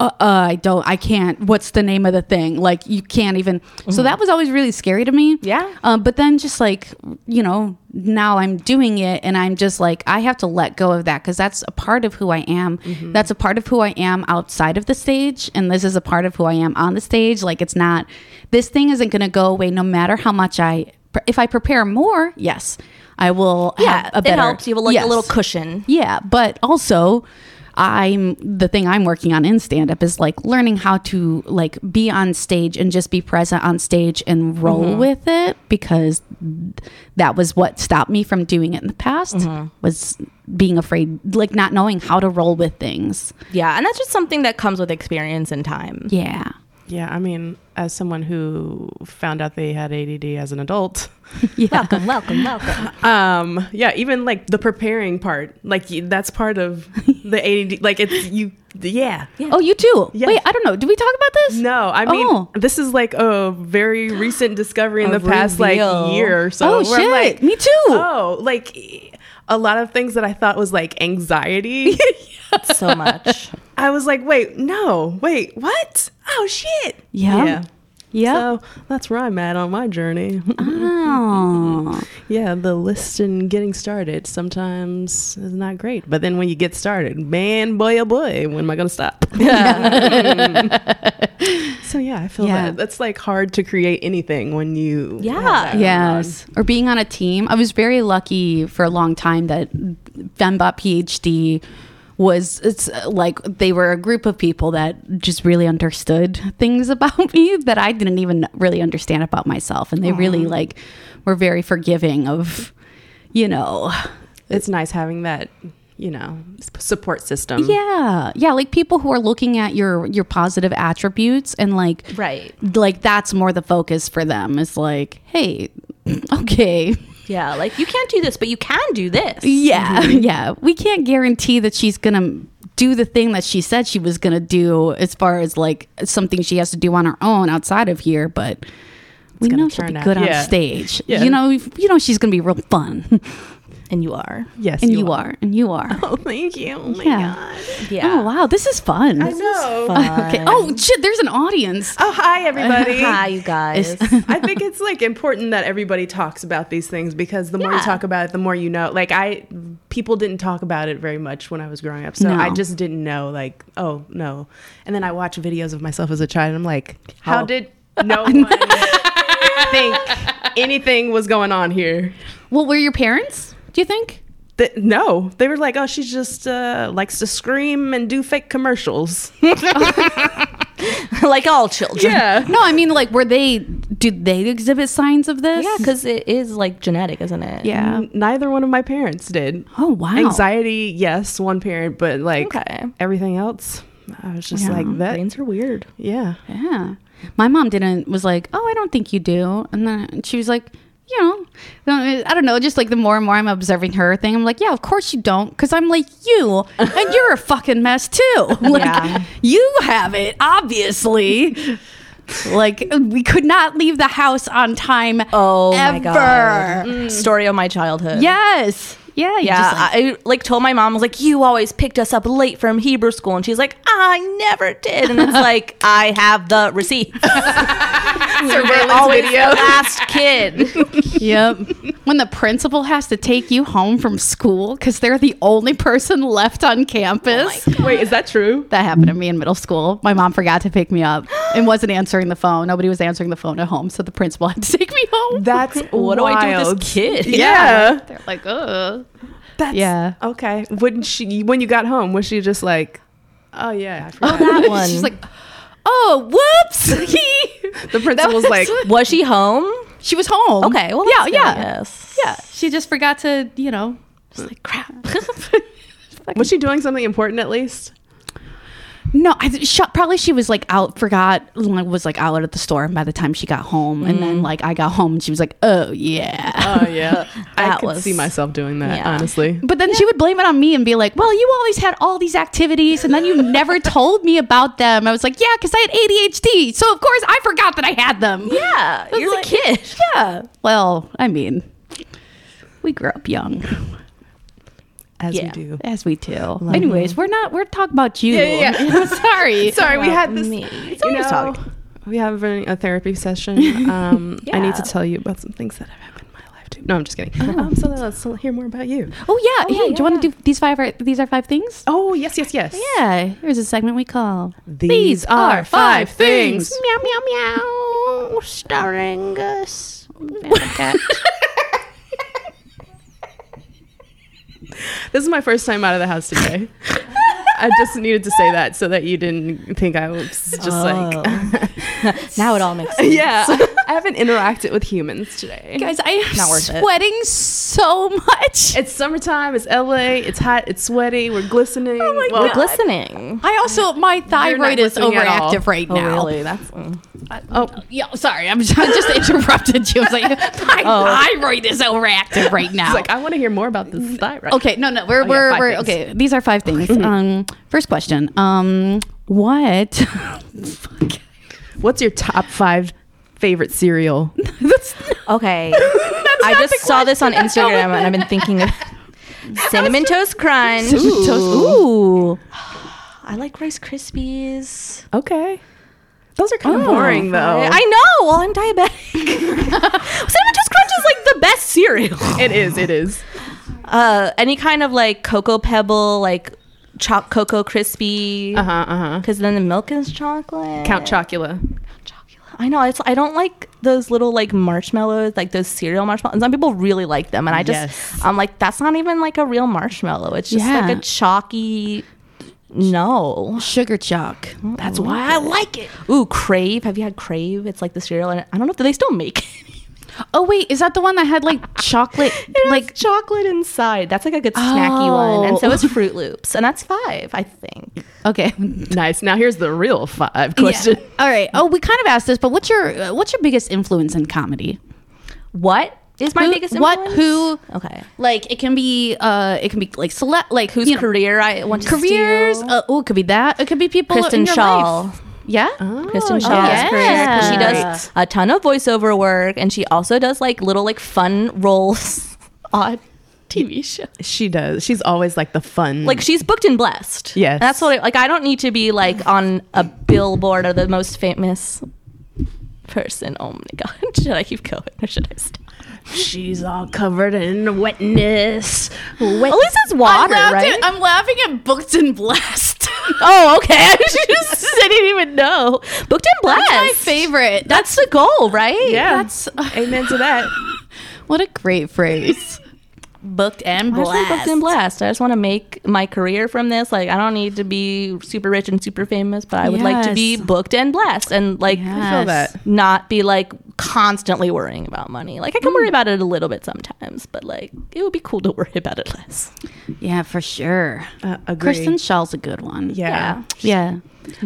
S2: Uh, uh, I don't, I can't. What's the name of the thing? Like, you can't even. So that was always really scary to me.
S4: Yeah.
S2: Um, but then just like, you know, now I'm doing it and I'm just like, I have to let go of that because that's a part of who I am. That's a part of who I am outside of the stage. And this is a part of who I am on the stage. Like, it's not, this thing isn't going to go away no matter how much I, if I prepare more, yes, I will have a
S4: it
S2: better.
S4: helps. You have like
S2: Yes.
S4: a little cushion.
S2: Yeah, but also I'm the thing I'm working on in stand up is like learning how to like be on stage and just be present on stage and roll
S4: Mm-hmm.
S2: with it because that was what stopped me from doing it in the past
S4: Mm-hmm.
S2: was being afraid like not knowing how to roll with things.
S4: Yeah, and that's just something that comes with experience and time.
S2: Yeah.
S1: Yeah, I mean, as someone who found out they had ADD as an adult,
S4: Welcome, welcome, welcome.
S1: um, yeah, even like the preparing part, like y- that's part of the ADD. Like it's you, yeah.
S2: Oh, you too.
S1: Yes.
S2: Wait, I don't know. Did we talk about this?
S1: No, I mean,
S2: Oh.
S1: this is like a very recent discovery in
S4: A
S1: the past
S4: reveal.
S1: like year or so.
S2: Oh
S1: where I'm
S2: shit.
S1: like,
S2: me too.
S1: oh, like a lot of things that I thought was like anxiety.
S4: so much.
S1: I was like, wait, no, wait, what? Oh shit.
S2: Yeah.
S1: Yeah.
S2: yeah.
S1: So that's where I'm at on my journey.
S2: Ah. oh.
S1: yeah, the list and getting started sometimes is not great. But then when you get started, man, boy, oh boy, when am I going to stop? so yeah, I feel
S2: Yeah.
S1: that. That's like hard to create anything when you. have
S4: Yeah.
S1: that going
S2: Yes. Or being on a team. I was very lucky for a long time that Femba PhD was it's uh, like they were a group of people that just really understood things about me that I didn't even really understand about myself and they really like were very forgiving of you know
S1: on. It's nice having that, you know, s- support system.
S2: yeah yeah like people who are looking at your your positive attributes and like
S4: Right.
S2: like that's more the focus for them is like hey okay
S4: Yeah, like you can't do this, but you can do this.
S2: Yeah, yeah. We can't guarantee that she's gonna do the thing that she said she was gonna do, as far as like something she has to do on her own outside of here. But we
S4: gonna
S2: know she'll be
S4: turn out-
S2: good on
S1: Yeah.
S2: stage.
S1: Yeah.
S2: You know, you know she's gonna be real fun,
S4: And you are.
S1: Yes,
S2: and you, are. and you are.
S1: Oh, thank you. Oh my
S2: Yeah.
S1: god.
S2: Oh wow, this is fun.
S1: I know.
S2: okay. Oh shit, there's an audience.
S1: Oh, hi everybody.
S4: Hi, you guys.
S1: I think it's like important that everybody talks about these things because the more you
S4: Yeah.
S1: talk about it, the more you know. Like I, people didn't talk about it very much when I was growing up, so
S2: No.
S1: I just didn't know. Like, oh no. And then I watch videos of myself as a child, and I'm like, how
S4: Oh.
S1: did no one think anything was going on here?
S2: Well, were your parents? Do you think?
S1: Th- no, they were like, oh, she just uh, likes to scream and do fake commercials.
S4: like all children.
S1: Yeah.
S2: No, I mean, like, were they? Did they exhibit signs of this?
S4: Yeah, because it is like genetic, isn't it?
S2: yeah.
S1: N- neither one of my parents did.
S2: Oh wow.
S1: Anxiety, yes, one parent, but like
S4: Okay.
S1: everything else, I was just
S2: Yeah.
S1: like that.
S4: Brains are weird.
S1: Yeah.
S2: Yeah. My mom didn't was like, "Oh, I don't think you do." And then she was like, "You know, I don't know, just like the more and more I'm observing her thing, I'm like, "Yeah, of course you don't cuz I'm like you and you're a fucking mess too." Like
S4: Yeah.
S2: you have it, obviously. like we could not leave the house on time.
S4: Oh
S2: ever.
S4: my god. Story of my childhood.
S2: Yes. Yeah, you
S4: Mm. Yeah,
S2: just, like-
S4: I like told my mom I was like, "You always picked us up late from Hebrew school," and she's like, "I never did." And it's like, I have the receipt. Surveillance always video. The last kid.
S2: Yep. when the principal has to take you home from school cuz they're the only person left on
S4: Oh
S2: campus.
S1: Wait, is that true?
S2: That happened to me in middle school. My mom forgot to pick me up and wasn't answering the phone. Nobody was answering the phone at home, so the principal had to take me home.
S1: That's
S4: What do I do with
S1: wild.
S4: this kid?
S1: Yeah.
S2: They're like, ugh.
S1: That's
S2: Yeah.
S1: Okay. When she when you got home, was she just like, oh yeah, I forgot.
S4: That one.
S2: She's like, oh, whoops.
S1: the principal's
S2: was-
S1: like,
S4: was she home?
S2: she was home.
S4: Okay. Well,
S2: yeah,
S4: that's
S2: yeah,
S4: good, I guess.
S2: yeah. She just forgot to, you know,
S4: Just like crap.
S1: was she doing something important at least?
S2: No, I th- sh- probably she was like out, forgot, like, was like out at the store. And by the time she got home, and
S4: Mm-hmm.
S2: then like I got home, and she was like, "Oh yeah."
S1: Oh yeah, I
S4: That
S1: could
S4: was-
S1: see myself doing that
S4: yeah.
S1: honestly.
S2: But then she would blame it on me and be like, "Well, you always had all these activities, and then you never told me about them." I was like, "Yeah, because I had ADHD, so of course I forgot that I had them."
S4: Yeah,
S2: I was
S4: you're
S2: like,
S4: a kid.
S2: Yeah. Well, I mean, we grew up young,
S1: As we
S4: Yeah.
S1: do.
S2: as we do. Anyways, we're not. We're talking about you.
S1: Yeah, yeah,
S2: Sorry.
S1: Sorry, we had this.
S4: me.
S1: You
S4: Someone's
S1: know,
S4: talking.
S1: we have a a therapy session. Um, I need to
S4: Yeah. Oh.
S1: tell you about some things that have happened in my life too. No, I'm just kidding. Um, so let's hear more about you.
S2: Oh yeah. hey, do
S4: yeah,
S2: you want
S4: yeah.
S2: to do these five? Are, these are five things.
S1: Oh yes, yes, yes.
S2: Yeah, here's a segment we call
S1: These Are Five Things.
S2: Meow, meow, meow. Starring us.
S1: This is my first time out of the house today. I just needed to say that so that you didn't think I was just like,
S4: Now it all makes sense.
S1: yeah. I haven't interacted with humans today.
S2: Guys, I am
S4: Not worth it.
S2: sweating so much.
S1: It's summertime. It's LA. It's hot. It's sweaty. We're glistening. Oh my
S4: We're glistening.
S2: I also, my thyroid is
S1: listening at all.
S2: overactive right now.
S4: Oh, really? That's mm.
S1: Oh,
S2: Yeah, sorry, I'm just, I just interrupted you. I was like, my
S4: Oh.
S2: thyroid is overactive right now.
S1: it's
S4: ah.
S1: like I want to hear more about this thyroid.
S2: okay, no, no,
S4: Oh,
S2: we're,
S1: yeah,
S2: we're,
S1: five
S2: we're
S1: things.
S2: okay. These are five things.
S4: Mm-hmm.
S2: um, first question. Um, what? Fuck.
S1: What's your top five favorite cereal?
S2: That's
S4: Okay.
S2: That's
S4: I
S2: not
S4: just
S2: the
S4: saw this on
S2: question.
S4: Instagram and I've been thinking of cinnamon toast crunch.
S1: Cinnamon toast-
S4: Ooh. I like Rice Krispies.
S1: Okay. Those are kind of
S2: Oh.
S1: boring though.
S4: I know. Well, I'm diabetic. cinnamon toast crunch is like the best cereal.
S1: it is. It is.
S4: Uh, any kind of like cocoa pebble, like choc cocoa crispy,
S1: Uh huh. Uh huh.
S4: because then the milk is chocolate.
S1: Count Chocula.
S4: chocolate. I know. It's, I don't like those little like marshmallows, like those cereal marshmallows. And some people really like them, and I just
S1: Yes.
S4: I'm like, that's not even like a real marshmallow. It's just like
S2: Yeah.
S4: a chalky. No.
S2: sugar chalk.
S4: That's why I like it. Ooh, Crave. Have you had Crave? It's like the cereal, and I don't know. Do they still make it?
S2: Oh wait, is that the one that had like chocolate?
S4: like
S2: like
S4: chocolate inside. That's like a good snacky one. And so
S2: Oh.
S4: is Fruit Loops, and that's five, I think.
S2: okay,
S1: Nice. Now here's the real five question.
S2: Yeah. All right. Oh, we kind of asked this, but what's your uh, what's your biggest influence in comedy?
S4: What? Is my
S2: Who-
S4: biggest
S2: what-
S4: influence?
S2: who-
S4: Okay.
S2: Like it can be, uh, it can be like select, like
S4: Whose
S2: you know,
S4: career I want to
S2: careers.
S4: steal.
S2: Uh, oh, it could be that. It could be people.
S4: Kristen
S2: in your
S4: Shaw.
S2: life. Yeah.
S1: Oh,
S4: Kristen Shaw's
S2: yeah.
S4: career 'cause she does
S2: Great.
S4: a ton of voiceover work and she also does like little like fun roles on TV shows.
S1: She does. She's always like the fun.
S4: Like she's booked and blessed.
S1: Yes.
S4: And that's what I, like I don't need to be like on a billboard or the most famous person. Oh my god. Should I keep going or should I stop?
S1: she's all covered in wetness. Wet-
S4: At least it's water,
S2: I'm laughing,
S4: right?
S2: I'm laughing at booked and blessed.
S4: Oh, okay. I just I didn't even know. Booked and blessed.
S2: That's my favorite.
S4: That's the goal, right?
S1: yeah.
S2: That's
S1: Amen to that.
S2: what a great phrase. booked and
S4: I just want
S2: blessed.
S4: booked and blessed. I just want to make my career from this. Like, I don't need to be super rich and super famous, but I would like to be
S2: Yes.
S4: booked and blessed and like
S1: I feel that.
S4: not be like constantly worrying about money. Like, I can worry
S2: Mm.
S4: about it a little bit sometimes, but like, it would be cool to worry about it less.
S2: Yeah, for sure.
S1: Uh, agree.
S2: Kristen Shaw's a good one.
S1: Yeah.
S2: Yeah.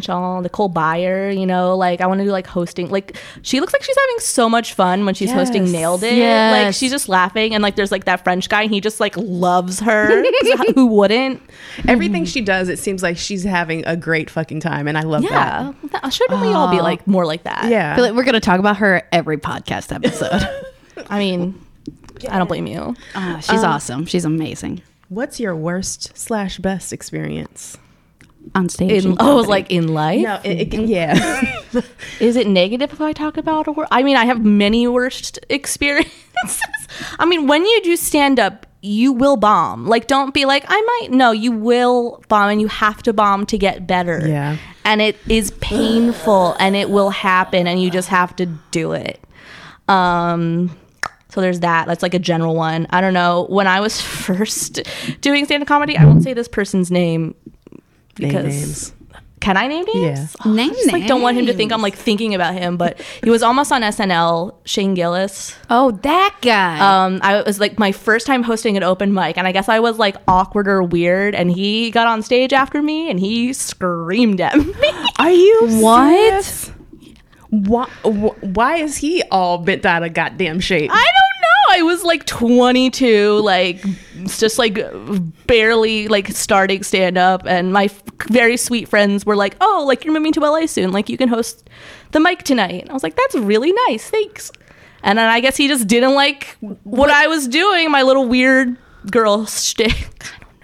S4: Shaw, Nicole Byer, you know, like I want to do like hosting. Like she looks like she's having so much fun when she's hosting
S1: Yes.
S4: Nailed It. Like
S2: Yes.
S4: she's just laughing and like there's like that French guy and he just like loves her. 'Cause Who wouldn't?
S1: Everything she does, it seems like she's having a great fucking time, and I love that.
S4: Yeah. Th- Shouldn't we all be like more like that?
S1: Yeah.
S2: I feel like we're going to talk about her every podcast episode.
S4: I mean, I don't blame you.
S2: Ah, she's awesome. She's amazing.
S1: What's your worst slash best experience?
S2: On stage.
S4: In,
S2: and
S4: oh, it's
S2: comedy.
S4: like in life.
S1: No, it, it can, yeah.
S4: Is it negative if I talk about a wor- I mean, I have many worst experiences. I mean, when you do stand up, you will bomb. Like, don't be like, I might. No, you will bomb, and you have to bomb to get better.
S1: Yeah.
S4: And it is painful, and it will happen, and you just have to do it. Um, so there's that. That's like a general one. I don't know. When I was first doing stand up comedy, I won't say this person's name
S1: Name
S4: because
S1: names.
S4: can I name names?
S1: Yeah.
S4: Oh,
S2: Name
S4: I just, like don't want him to think I'm like thinking about him, but he was almost on SNL, Shane Gillis.
S2: Oh, that guy.
S4: Um, I was like my first time hosting an open mic, and I guess I was like awkward or weird, and he got on stage after me and he screamed at me.
S1: Are you
S2: What?
S1: serious? Why, wh- why is he all bent out of goddamn shape?
S4: I don't know. I was like 22, like just like barely like starting stand up, and my f- very sweet friends were like, "Oh, like you're moving to LA soon. Like you can host the mic tonight." And I was like, "That's really nice. Thanks." And then I guess he just didn't like what, I was doing, my little weird girl shtick.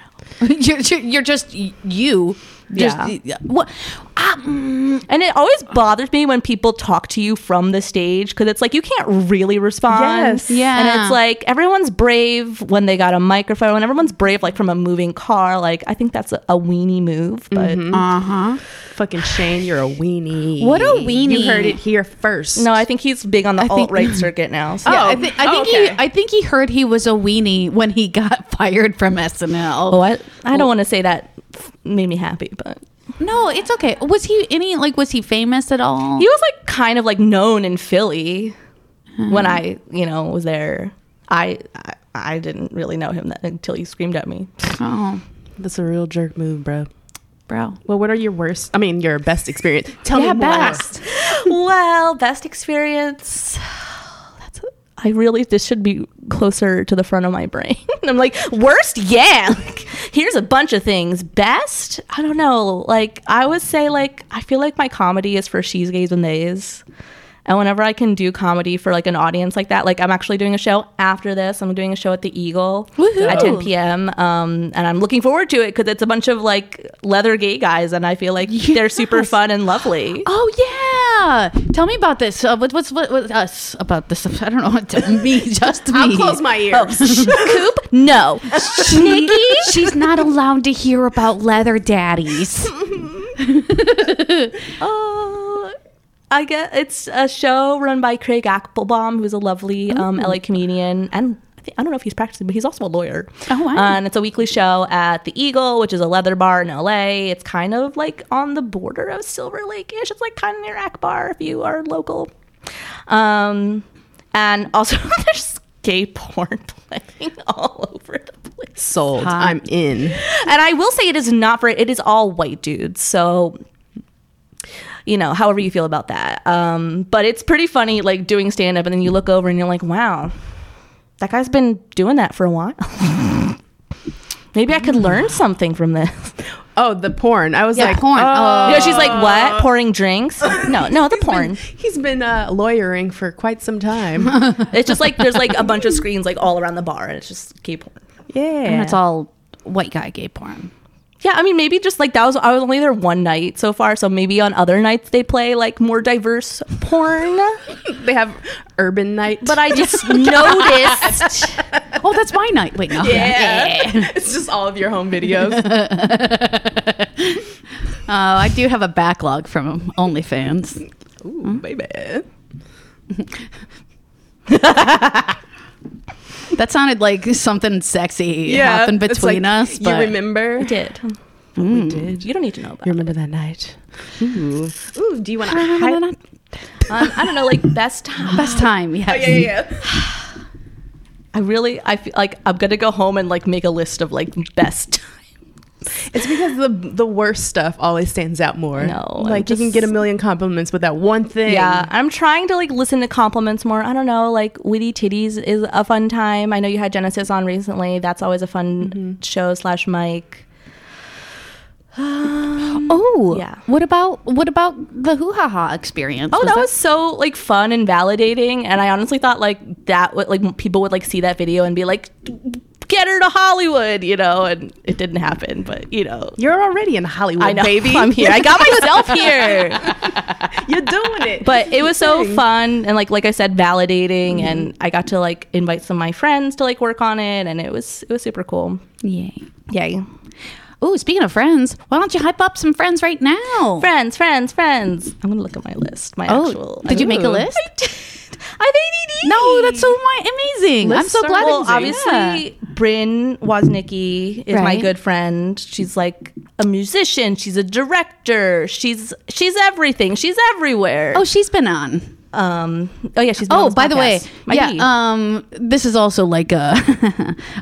S2: you're, you're you're just y- you. Just,
S4: Yeah.
S2: What? Ah, mm,
S4: And it always bothers me when people talk to you from the stage because it's like you can't really respond.
S1: Yes. Yeah.
S4: And it's like everyone's brave when they got a microphone, and everyone's brave like from a moving car. Like I think that's a, a weenie move, but
S1: Fucking Shane, you're a weenie.
S2: What a weenie.
S1: You heard it here first.
S4: no, I think he's big on the
S2: think-
S4: alt right circuit now. So.
S2: Yeah,
S1: Oh,
S2: I, thi- I
S1: oh,
S2: think
S1: okay.
S2: he. I think he heard he was a weenie when he got fired from SNL.
S4: What? I don't want to say that f- made me happy, but
S2: No, it's okay. Was he any like? Was he famous at all?
S4: he was like kind of like known in Philly when I, you know, was there. I, I I didn't really know him that until he screamed at me.
S2: oh,
S1: That's a real jerk move, bro.
S2: bro.
S1: Well, what are your worst? I mean, your best experience. Tell
S2: Yeah,
S1: me
S2: best.
S1: more.
S4: well, best experience. That's. A, I really. This should be closer to the front of my brain. I'm like worst. Yeah. Like, here's a bunch of things. Best. I don't know. Like I would say. Like I feel like my comedy is for she's gays and they's. And whenever I can do comedy for like an audience like that, like I'm actually doing a show after this. I'm doing a show at the Eagle at 10 p.m. Um, and I'm looking forward to it because it's a bunch of like leather gay guys, and I feel like they're super fun and lovely.
S2: Uh, Oh yeah. Tell me about this. Uh, what, what's what, what us about this? I don't know. Tell me, just me.
S1: I'll close my
S2: Oh,
S1: ears.
S4: Coop? No.
S2: Nikki, she's not allowed to hear about leather daddies.
S4: Uh, I guess it's a show run by Craig Applebaum, who's a lovely um, LA comedian and. I think- I don't know if he's practicing, but he's also a lawyer.
S2: Oh, wow.
S4: And it's a weekly show at the Eagle, which is a leather bar in LA. It's kind of like on the border of Silver Lake ish. It's like kind of near Akbar if you are local. Um, and also, there's gay porn playing all over the place.
S1: Sold. I'm in.
S4: and I will say it is not for it is all white dudes. So you know, however you feel about that. Um, but it's pretty funny like doing stand up and then you look over and you're like, wow. that guy's been doing that for a while. Maybe I could learn something from this.
S1: Oh, the porn. I was
S2: Yeah,
S1: like,
S2: porn.
S1: Oh.
S2: Oh.
S4: You know, she's like, what? Pouring drinks? No, no, the porn.
S1: He's been uh, lawyering for quite some time.
S4: It's just like there's like a bunch of screens like all around the bar, and it's just gay porn.
S1: yeah.
S2: And it's all white guy gay porn.
S4: Yeah, I mean, maybe just like that was I was only there one night so far, so maybe on other nights they play like more diverse porn.
S1: they have urban night.
S4: But I just noticed.
S2: Oh, that's my night. Wait, no.
S1: yeah. it's just all of your home videos.
S2: Oh, I do have a backlog from OnlyFans.
S1: Ooh, baby.
S2: That sounded like something sexy happened
S1: it's
S2: between
S1: like,
S2: us. But
S1: You remember?
S4: I did. We did. You don't need to know about.
S1: You
S4: it.
S1: remember that night? Ooh. Ooh, do you want to hide?
S4: Um, I don't know, like best time.
S2: Best time. Yeah.
S1: Oh, yeah.
S4: I really, I feel like I'm gonna go home and like make a list of like best. time.
S1: It's because the the worst stuff always stands out more.
S4: No, I'm
S1: like you can
S4: just-
S1: get a million compliments with that one thing.
S4: Yeah, I'm trying to like listen to compliments more. I don't know, like witty titties is a fun time. I know you had Genesis on recently. That's always a fun show slash mic.
S2: Oh.
S4: Yeah.
S2: What about what about the hoo ha ha experience?
S4: Oh, that, was so like fun and validating, and I honestly thought like that would like people would like see that video and be like, "Get her to Hollywood," you know, and it didn't happen, but you know.
S1: You're already in Hollywood,
S4: I know.
S1: baby.
S4: I'm here. I got myself here.
S1: You're doing it.
S4: But it was so
S1: Dang.
S4: fun and like like I said, validating
S2: Mm-hmm.
S4: and I got to like invite some of my friends to like work on it and it was it was super cool.
S2: Yay.
S4: Yay.
S2: Oh, speaking of friends, why don't you hype up some friends right now?
S4: Friends, friends, friends. I'm gonna look at my list. My
S2: Oh,
S4: actual
S2: did you make a
S1: Ooh.
S2: list?
S4: I did. I have ADD.
S2: No, that's so my, amazing. I'm
S1: Lists
S2: so
S1: are
S2: glad.
S4: well,
S1: amazing.
S4: obviously, Bryn Woznicki is my
S2: Right.
S4: good friend. She's like a musician. She's a director. She's she's everything. She's everywhere.
S2: Oh, she's been on.
S4: um. Oh yeah, she's. been on
S2: Oh,
S4: this
S2: by the way,
S4: podcast. My
S2: yeah.
S4: D.
S2: Um, this is also like a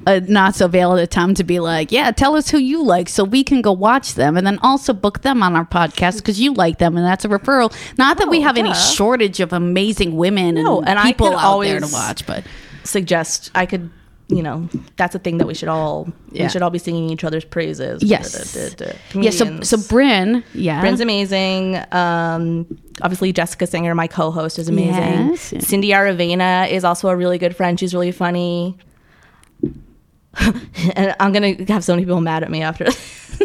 S2: a not so valid time to be like, yeah, tell us who you like so we can go watch them, and then also book them on our podcast because you like them, and that's a referral. Not that we
S4: Oh,
S2: have any
S4: duh.
S2: shortage of amazing women
S4: No,
S2: and,
S4: and I
S2: people
S4: could
S2: out there to
S4: always-
S2: watch, but
S4: suggest I could. You know, that's a thing that we should all
S2: Yeah.
S4: we should all be singing each other's praises.
S2: yes, yeah. So,
S4: Comedians.
S2: so Bryn, yeah,
S4: Bryn's amazing. Um, obviously, Jessica Singer, my co-host, is amazing.
S2: Yes.
S4: Cindy Aravena is also a really good friend. She's really funny. and I'm gonna have so many people mad at me after. this.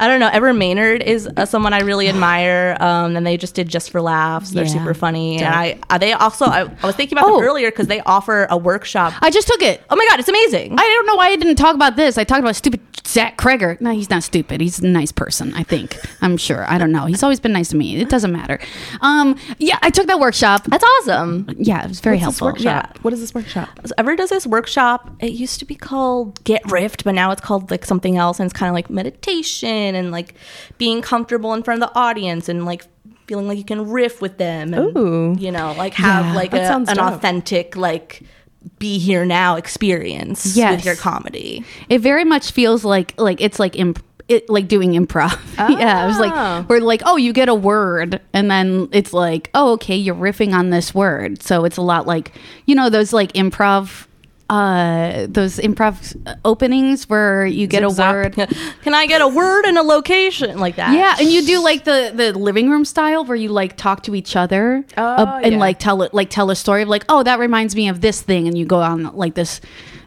S4: I don't know. Ever Maynard is uh, someone I really admire, um, and they just did just for laughs. They're
S2: Yeah.
S4: super funny, and I uh, they also I, I was thinking about
S2: Oh.
S4: them earlier because they offer a workshop.
S2: I just took it.
S4: oh my god, it's amazing!
S2: I don't know why I didn't talk about this. I talked about stupid Zach Kreger. No, he's not stupid. He's a nice person, I think. I'm sure. I don't know. He's always been nice to me. It doesn't matter. Um, yeah, I took that workshop.
S4: That's awesome.
S2: Yeah, it was very
S1: What's this
S2: helpful.
S1: workshop?
S4: Yeah.
S1: What is this workshop?
S4: So Ever does this workshop. It used to be called Get Rift, but now it's called like something else, and it's kind of like meditation and like being comfortable in front of the audience and like feeling like you can riff with them. And,
S1: Ooh.
S4: you know, like have
S2: Yeah.
S4: like
S1: That
S4: a-
S1: sounds
S4: an
S1: dope.
S4: authentic like be here now experience
S2: Yes.
S4: with your comedy.
S2: It very much feels like like it's like imp- it, like doing improv. yeah, it was
S1: Oh.
S2: like we're like, oh, you get a word, and then it's like, oh, okay, you're riffing on this word. So it's a lot like you know those like improv. Uh, those improv openings where you get a
S4: Zap.
S2: word,
S4: Can I get a word and a location like that?
S2: Yeah, and you do like the the living room style where you like talk to each other
S1: Oh,
S2: uh, and
S1: yeah.
S2: like tell it like tell a story of like oh that reminds me of this thing and you go on like this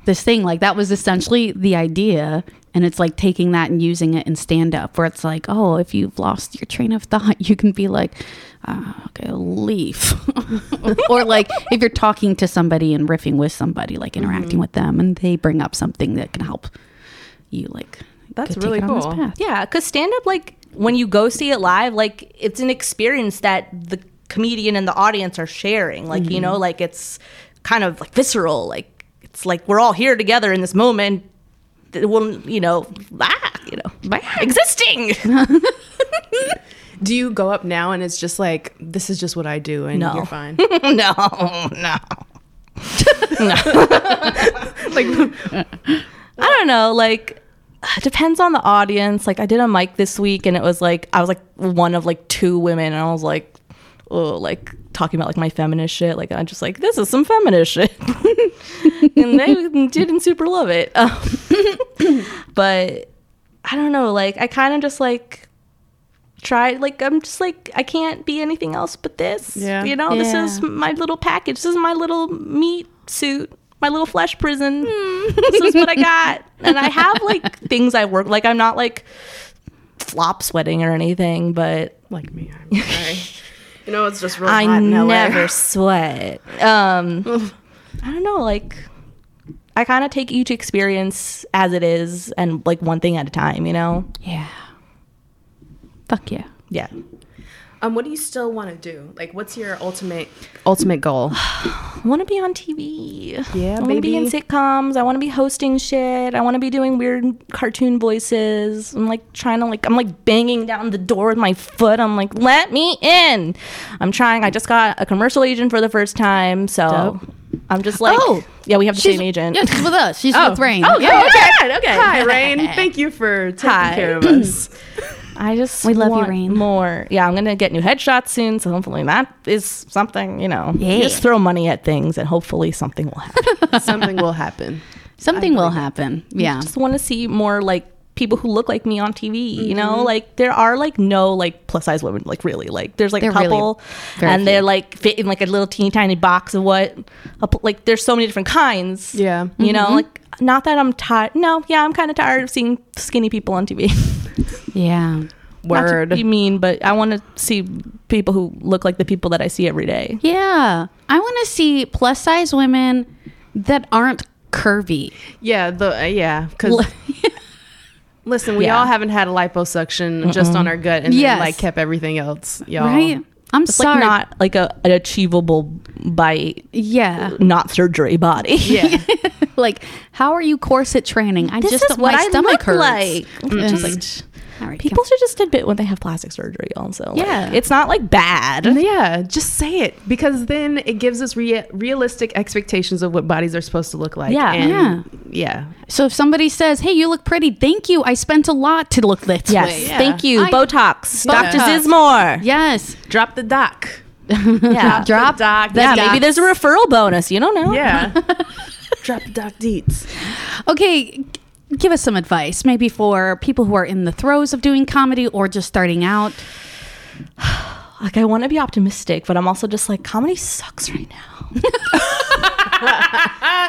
S2: this thing like that was essentially the idea and it's like taking that and using it in stand up where it's like oh if you've lost your train of thought you can be like ah, okay leave or like if you're talking to somebody and riffing with somebody like
S1: Mm-hmm.
S2: interacting with them and they bring up something that can help you like
S1: That's
S2: get- take
S1: really
S2: it on this
S1: cool.
S2: path.
S4: Yeah, because stand up, like when you go see it live, like it's an experience that the comedian and the audience are sharing. Like, you know, like it's kind of like visceral. Like, it's like we're all here together in this moment. It will you know, ah, you know, existing.
S1: Do you go up now and it's just like this is just what I do and
S4: No.
S1: you're fine?
S4: no, no.
S1: like
S4: I don't know. Like, it depends on the audience. Like, I did a mic this week, and it was like I was like one of like two women, and I was like, oh, like talking about like my feminist shit. Like I'm just like, this is some feminist shit, and they didn't super love it. Um, but I don't know. Like I kind of just like tried. Like I'm just like I can't be anything else but this.
S1: Yeah.
S4: You know, Oh, this
S2: Yeah.
S4: is my little package. This is my little meat suit. My little flesh prison.
S1: Hmm.
S4: this is what I got, and I have like things I work. Like I'm not like flop sweating or anything, but
S1: Like me, I'm sorry. you know, it's just really
S4: I
S1: hot in LA.
S4: never sweat. Um, I don't know, like I kind of take each experience as it is and like one thing at a time, you know?
S2: Yeah. Fuck yeah.
S4: Yeah.
S1: Um, what do you still want to do? Like, what's your ultimate ultimate goal?
S4: I want to be on TV.
S1: Yeah,
S4: I want to be in
S1: baby.
S4: sitcoms. I want to be hosting shit. I want to be doing weird cartoon voices. I'm like trying to like I'm like banging down the door with my foot. I'm like, "Let me in." I'm trying. I just got a commercial agent for the first time, so I'm just like,
S2: Oh.
S4: yeah, we have the
S2: She's-
S4: same agent.
S2: Yeah, she's with us. She's with Rain.
S4: Oh,
S2: yeah.
S4: okay. okay.
S1: Hi, Rain. Thank you for taking
S4: Hi.
S1: care of us.
S4: I just
S2: We love you,
S4: want
S2: Rain.
S4: more. Yeah, I'm gonna get new headshots soon, so hopefully that is something. You know, You
S2: Yeah.
S4: just throw money at things, and hopefully something will happen.
S1: Something will happen.
S2: Something will happen. Yeah.
S4: I just want to see more like people who look like me on TV. You
S2: Mm-hmm.
S4: know, like there are like no like plus size women. Like really, like there's like
S2: They're
S4: a
S2: really
S4: couple,
S2: very
S4: and they're
S2: few.
S4: like fit in like a little teeny tiny box of what. a pl- Like there's so many different kinds.
S1: Yeah.
S4: you
S2: Mm-hmm.
S4: know, like not that I'm tired. No, yeah, I'm kind of tired of seeing skinny people on TV.
S2: Yeah.
S4: Not
S1: Word.
S4: to be mean, but I want to see people who look like the people that I see every day.
S2: Yeah. I want to see plus size women that aren't curvy.
S1: Yeah. The uh, yeah. Because listen, we
S4: Yeah.
S1: all haven't had a liposuction just on our gut and
S2: Yes.
S1: then, like kept everything else, y'all.
S2: right? I'm
S4: It's
S2: sorry.
S4: like not like a an achievable by
S2: yeah.
S4: not surgery body.
S1: Yeah.
S2: like, how are you corset training? I
S4: This
S2: just
S4: is what
S2: my
S4: I
S2: stomach
S4: look
S2: hurts.
S4: like.
S2: I'm just
S4: Just-
S2: like, all right,
S4: People should just admit when they have plastic surgery. Also, Like,
S2: Yeah.
S4: it's not like bad.
S1: yeah. Just say it because then it gives us rea- realistic expectations of what bodies are supposed to look like.
S4: Yeah.
S1: And, yeah.
S2: So if somebody says, "Hey, you look pretty," thank you. I spent a lot to look this
S4: Yes,
S2: way.
S1: yeah.
S4: thank you,
S2: I-
S4: Botox, Doctor
S2: Botox.
S4: Zismore.
S2: Yes.
S1: Drop the doc.
S4: Yeah,
S2: Drop
S1: doc.
S4: yeah.
S2: that
S4: Maybe there's a referral bonus. You don't know.
S1: Yeah. Drop the doc deets.
S2: Okay. g- Give us some advice, maybe for people who are in the throes of doing comedy or just starting out.
S4: like I want to be optimistic, but I'm also just like comedy sucks right now.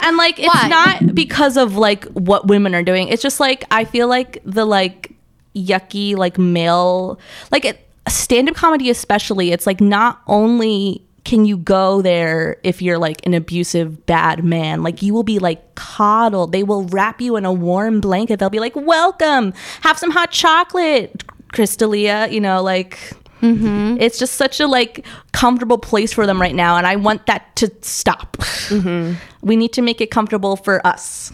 S4: and like it's
S2: Why?
S4: not because of like what women are doing. It's just like I feel like the like yucky like male like it, stand-up comedy especially it's like not only can you go there if you're like an abusive bad man like you will be like coddled they will wrap you in a warm blanket they'll be like welcome have some hot chocolate crystalia you know like it's just such a like comfortable place for them right now, and I want that to stop. We need to make it comfortable for us.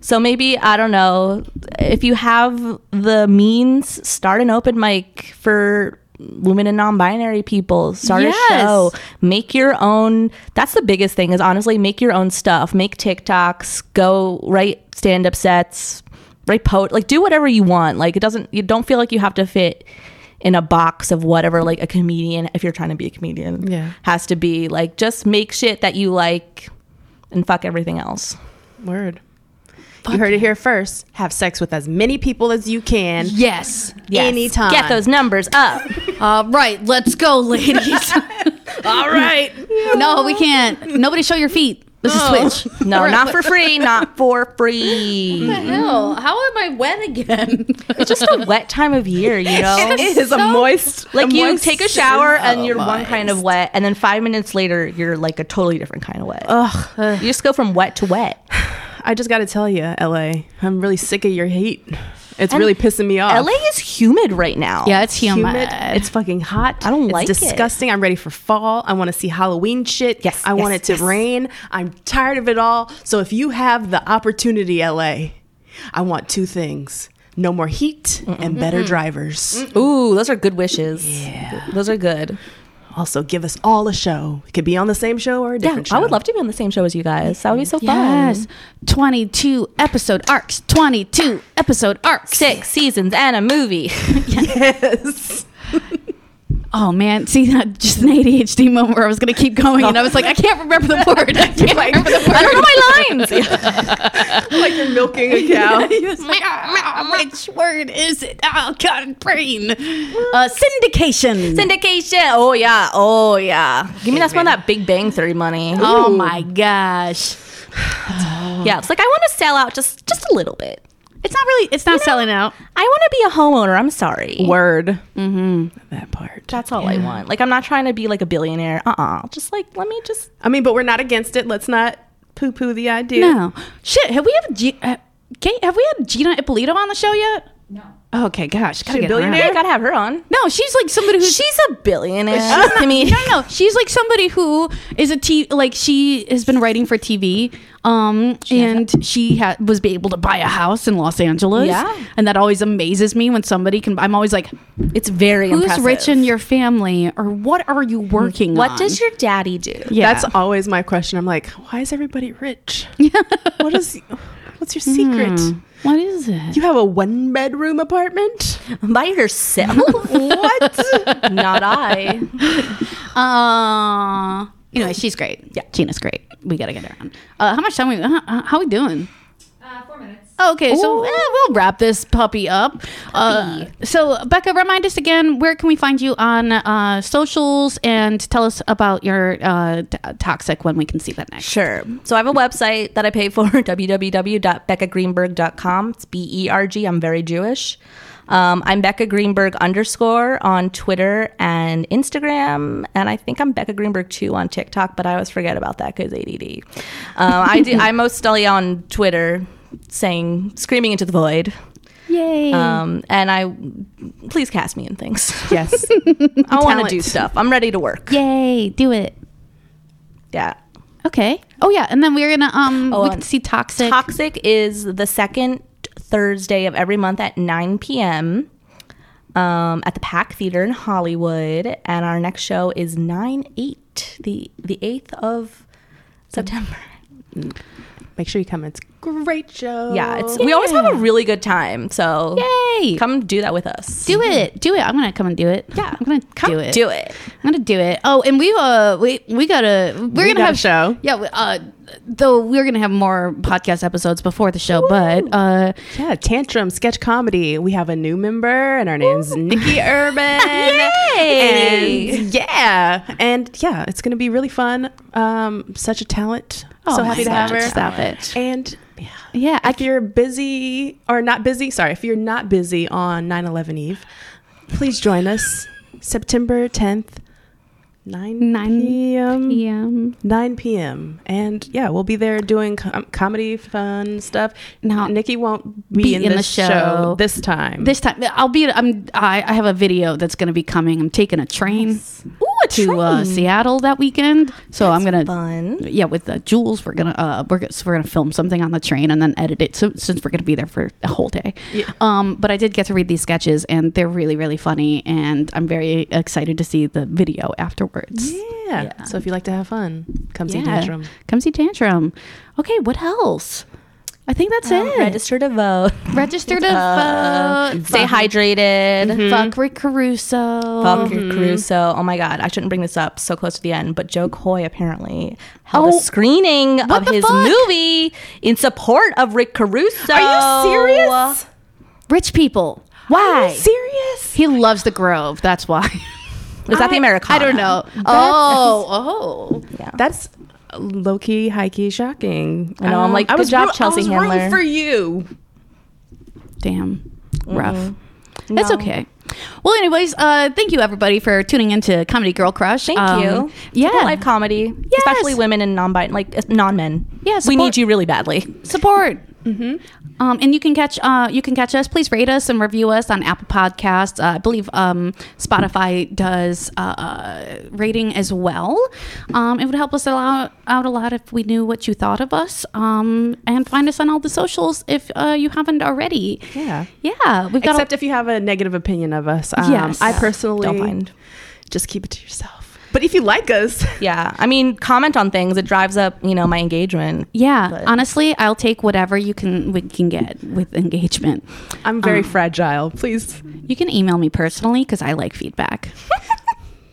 S4: So maybe I don't know if you have the means, start an open mic for women and non-binary people. Start
S2: Yes.
S4: a show. Make your own. That's the biggest thing. Is honestly make your own stuff. Make TikToks. Go write stand-up sets. Write poet. Like do whatever you want. Like it doesn't. You don't feel like you have to fit in a box of whatever. Like a comedian, if you're trying to be a comedian,
S1: Yeah.
S4: has to be like just make shit that you like and fuck everything else.
S1: Word. you heard it here first. Have sex with as many people as you can.
S2: Yes.
S4: Yes.
S1: Anytime.
S4: Get those numbers up.
S2: All Uh, right, let's go, ladies.
S1: All right.
S2: no, we can't. Nobody show your feet. This is Twitch.
S4: No, not for free. Not for free.
S2: Hell, how am I wet again?
S4: It's just a wet time of year, you know.
S1: It is a moist.
S4: Like
S1: a
S4: you
S1: moist-
S4: take a shower and you're one kind of wet, and then five minutes later you're like a totally different kind of wet. Ugh. You just go from wet to wet.
S1: I just got to tell you, LA, I'm really sick of your heat. It's really pissing me off.
S4: LA is humid right now.
S2: yeah, it's
S1: Humid.
S2: humid.
S1: It's fucking hot.
S4: I don't like it.
S1: It's disgusting. I'm ready for fall. I want to see Halloween shit.
S4: Yes,
S1: I want
S4: yes,
S1: it to
S4: yes.
S1: rain. I'm tired of it all. So if you have the opportunity, LA, I want two things: no more heat and better drivers.
S4: Mm. Ooh, those are good wishes. Yeah. Those are good.
S1: Also, give us all a show. It could be on the same show or a
S4: Yeah,
S1: different show.
S4: I would love to be on the same show as you guys. That would be so
S2: Yes.
S4: fun.
S2: 22 episode arcs. 22 episode arcs.
S4: Six seasons and a movie.
S1: Yes.
S2: Oh man, see that just an ADHD moment where I was gonna keep going and I was like, I can't remember the word. I can't remember the word.
S4: I don't know my lines.
S1: like you're milking a cow.
S2: He was like, "Ah, ah, which word is it? Oh God, brain. Uh, syndication.
S4: Syndication. Oh yeah. Oh yeah. Give me that some of that Big Bang Theory money.
S2: oh my gosh.
S4: Yeah. It's like I want to sell out just just a little bit.
S2: It's not really. It's not selling out.
S4: I want to be a homeowner. I'm sorry.
S1: Word. Mm-hmm. That part.
S4: That's all I want. Like I'm not trying to be like a billionaire. Uh uh Just like let me just.
S1: I mean, but we're not against it. Let's not poo poo the idea.
S2: No. Shit. Have we have G- uh, Kate? Have we had Gina Ippolito on the show yet? No. Okay. Gosh. Gotta
S1: a
S2: get her on.
S1: billionaire?
S4: I gotta have her on.
S2: No, she's like somebody who's
S4: She's a billionaire. I mean,
S2: no, no, no. She's like somebody who is a T. Like she has been writing for TV, um, and she ha- was be able to buy a house in Los Angeles.
S4: Yeah.
S2: and that always amazes me when somebody can. I'm always like,
S4: it's very
S2: who's
S4: impressive.
S2: rich in your family, or Hmm. what are you working?
S4: What
S2: on?
S4: does your daddy do?
S2: Yeah.
S1: That's always my question. I'm like, why is everybody rich? what is what's your secret?
S2: what is it?
S1: You have a one bedroom apartment?
S4: By yourself?
S1: What?
S4: not I.
S2: Uh, anyway, she's great. Yeah, Gina's great. We gotta get her on. Uh, how much time we? Uh, uh, how we doing?
S3: Uh, four minutes.
S2: Okay, so eh, we'll wrap this puppy up. Uh, so, Becca, remind us again where can we find you on uh, socials and tell us about your uh, t- toxic when we can see that next.
S4: Sure. So I have a website that I pay for www.beccagreenberg.com. It's B E R G. I'm very Jewish. Um, I'm Becca Greenberg underscore on Twitter and Instagram, and I think I'm Becca Greenberg too on TikTok, but I always forget about that because ADD. Um, I do. I'm mostly on Twitter, saying screaming into the void.
S2: Yay!
S4: Um, and I please cast me in things.
S1: yes.
S4: I want to
S1: Talent.
S4: do stuff. I'm ready to work.
S2: Yay! Do it.
S4: Yeah.
S2: Okay. Oh yeah, and then we're gonna um
S4: Oh,
S2: we
S4: um,
S2: can see toxic.
S4: Toxic is the second Thursday of every month at 9 p.m. Um, at the Pack Theater in Hollywood, and our next show is 9 8, the, the 8th of September.
S1: Make sure you come. It's great show.
S2: Oh.
S4: Yeah, it's we always have a really good time, so
S2: Yay!
S4: come do that with us.
S2: do it. Do it. I'm gonna come and do it.
S4: Yeah.
S2: I'm gonna
S4: Come
S2: Mm-hmm. do it.
S4: Do it.
S2: I'm gonna do it. Oh, and we uh we we gotta we're gonna
S1: got a
S2: have
S1: show.
S2: Yeah, we- uh, though we're gonna have more podcast episodes before the show, but uh,
S1: Yeah, Tantrum Sketch Comedy. We have a new member, and her name's Nikki Urban.
S4: Yay!
S1: And yeah, and yeah, it's going to be really fun. Um, such a talent.
S2: oh
S1: so
S2: my
S1: happy to
S2: God,
S1: have her.
S2: Stop it.
S1: And yeah,
S2: Yeah, I
S1: if you're busy or not busy, sorry, if you're not busy on 9/11 Eve, please join us September 10th, 9
S2: Nine
S1: p.m.
S2: um,
S1: 9 p.m. And yeah, we'll be there doing com- comedy, fun stuff. Now,
S2: Now-
S1: Nikki won't be, in, the show. this time.
S2: This time I'll be. I'm. I, I have a video that's gonna be coming. I'm taking a train
S4: Ooh, a
S2: to uh, Seattle that weekend, so I'm gonna.
S4: fun.
S2: Yeah, with uh, Jules, we're gonna uh, we're gonna, so we're gonna film something on the train and then edit it. So since we're gonna be there for a whole day, um, but I did get to read these sketches and they're really really funny, and I'm very excited to see the video afterwards.
S1: yeah. So if you like to have fun, come see
S2: Yeah.
S1: Tantrum.
S2: Come see Tantrum. Okay, what else? I think that's
S1: Uh,
S2: it.
S4: Register to vote.
S2: Register to vote.
S4: Stay
S2: Fuck-
S4: hydrated.
S1: Mm-hmm.
S2: Fuck Rick Caruso.
S4: Fuck
S2: Mm-hmm.
S4: Caruso. Oh my God. I shouldn't bring this up so close to the end, but Joe Coy apparently held
S2: Oh.
S4: a screening of
S2: the
S4: his
S2: fuck?
S4: movie in support of Rick Caruso.
S1: Oh. Are you serious?
S2: Rich people. Why?
S1: Serious?
S2: He loves the Grove. That's why.
S4: Is that the American?
S2: I don't know. Oh, oh.
S1: That's low key, high key, shocking.
S4: I know, I'm like, good job, Chelsea
S1: I was rooting
S4: Handler.
S1: for you.
S2: Damn.
S4: Mm-hmm.
S2: Rough. That's okay. Well, anyways, uh, thank you everybody for tuning into Comedy Girl Crush.
S4: Thank
S2: Um,
S4: you.
S2: Yeah.
S4: Support live comedy, especially women and non-bi, like uh, non-men.
S2: Yeah,
S4: we
S2: support-
S4: need you really badly.
S2: support.
S4: Mm-hmm.
S2: Um, and you can catch uh, you can catch us. Please rate us and review us on Apple Podcasts. Uh, I believe um, Spotify does uh, uh, rating as well. Um, it would help us allow, out a lot if we knew what you thought of us. Um, and find us on all the socials if uh, you haven't already.
S1: Yeah.
S2: Yeah, we've got.
S1: Except if you have a negative opinion of us. Um,
S2: Yes.
S1: I personally
S4: Don't mind.
S1: Just keep it to yourself. But if you like us,
S4: Yeah, I mean, comment on things. It drives up, you know, my engagement.
S2: yeah,
S4: But-
S2: honestly, I'll take whatever you can we can get with engagement. Um,
S1: I'm very fragile. Please
S2: You can email me personally because I like feedback.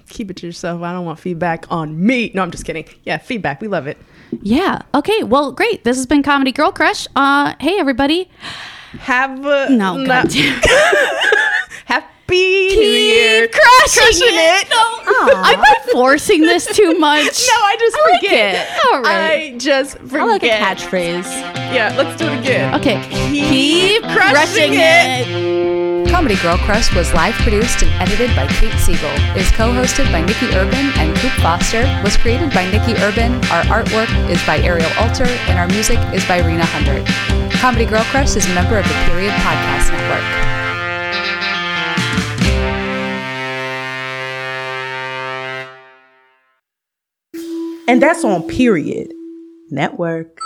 S1: keep it to yourself. I don't want feedback on me. No, I'm just kidding. Yeah, feedback. We love it.
S2: Yeah. Okay. Well, great. This has been Comedy Girl Crush. Uh, hey everybody.
S1: Have a
S2: No,
S1: na-
S2: God damn it.
S1: happy New Year.
S2: Keep crushing,
S1: Crushing
S2: it.
S1: it.
S2: No. I've been forcing this too much.
S1: No, I just
S2: like
S1: forget.
S2: it. All right.
S1: I just forget.
S4: I like a catchphrase.
S1: Yeah, let's do it again.
S2: Okay.
S1: Keep crushing it.
S5: Comedy Girl Crush was live produced and edited by Kate Siegel, is co-hosted by Nikki Urban and Coop Foster, was created by Nikki Urban, our artwork is by Ariel Alter, and our music is by Rena Hundred. Comedy Girl Crush is a member of the Period Podcast Network.
S6: And that's on period. Network.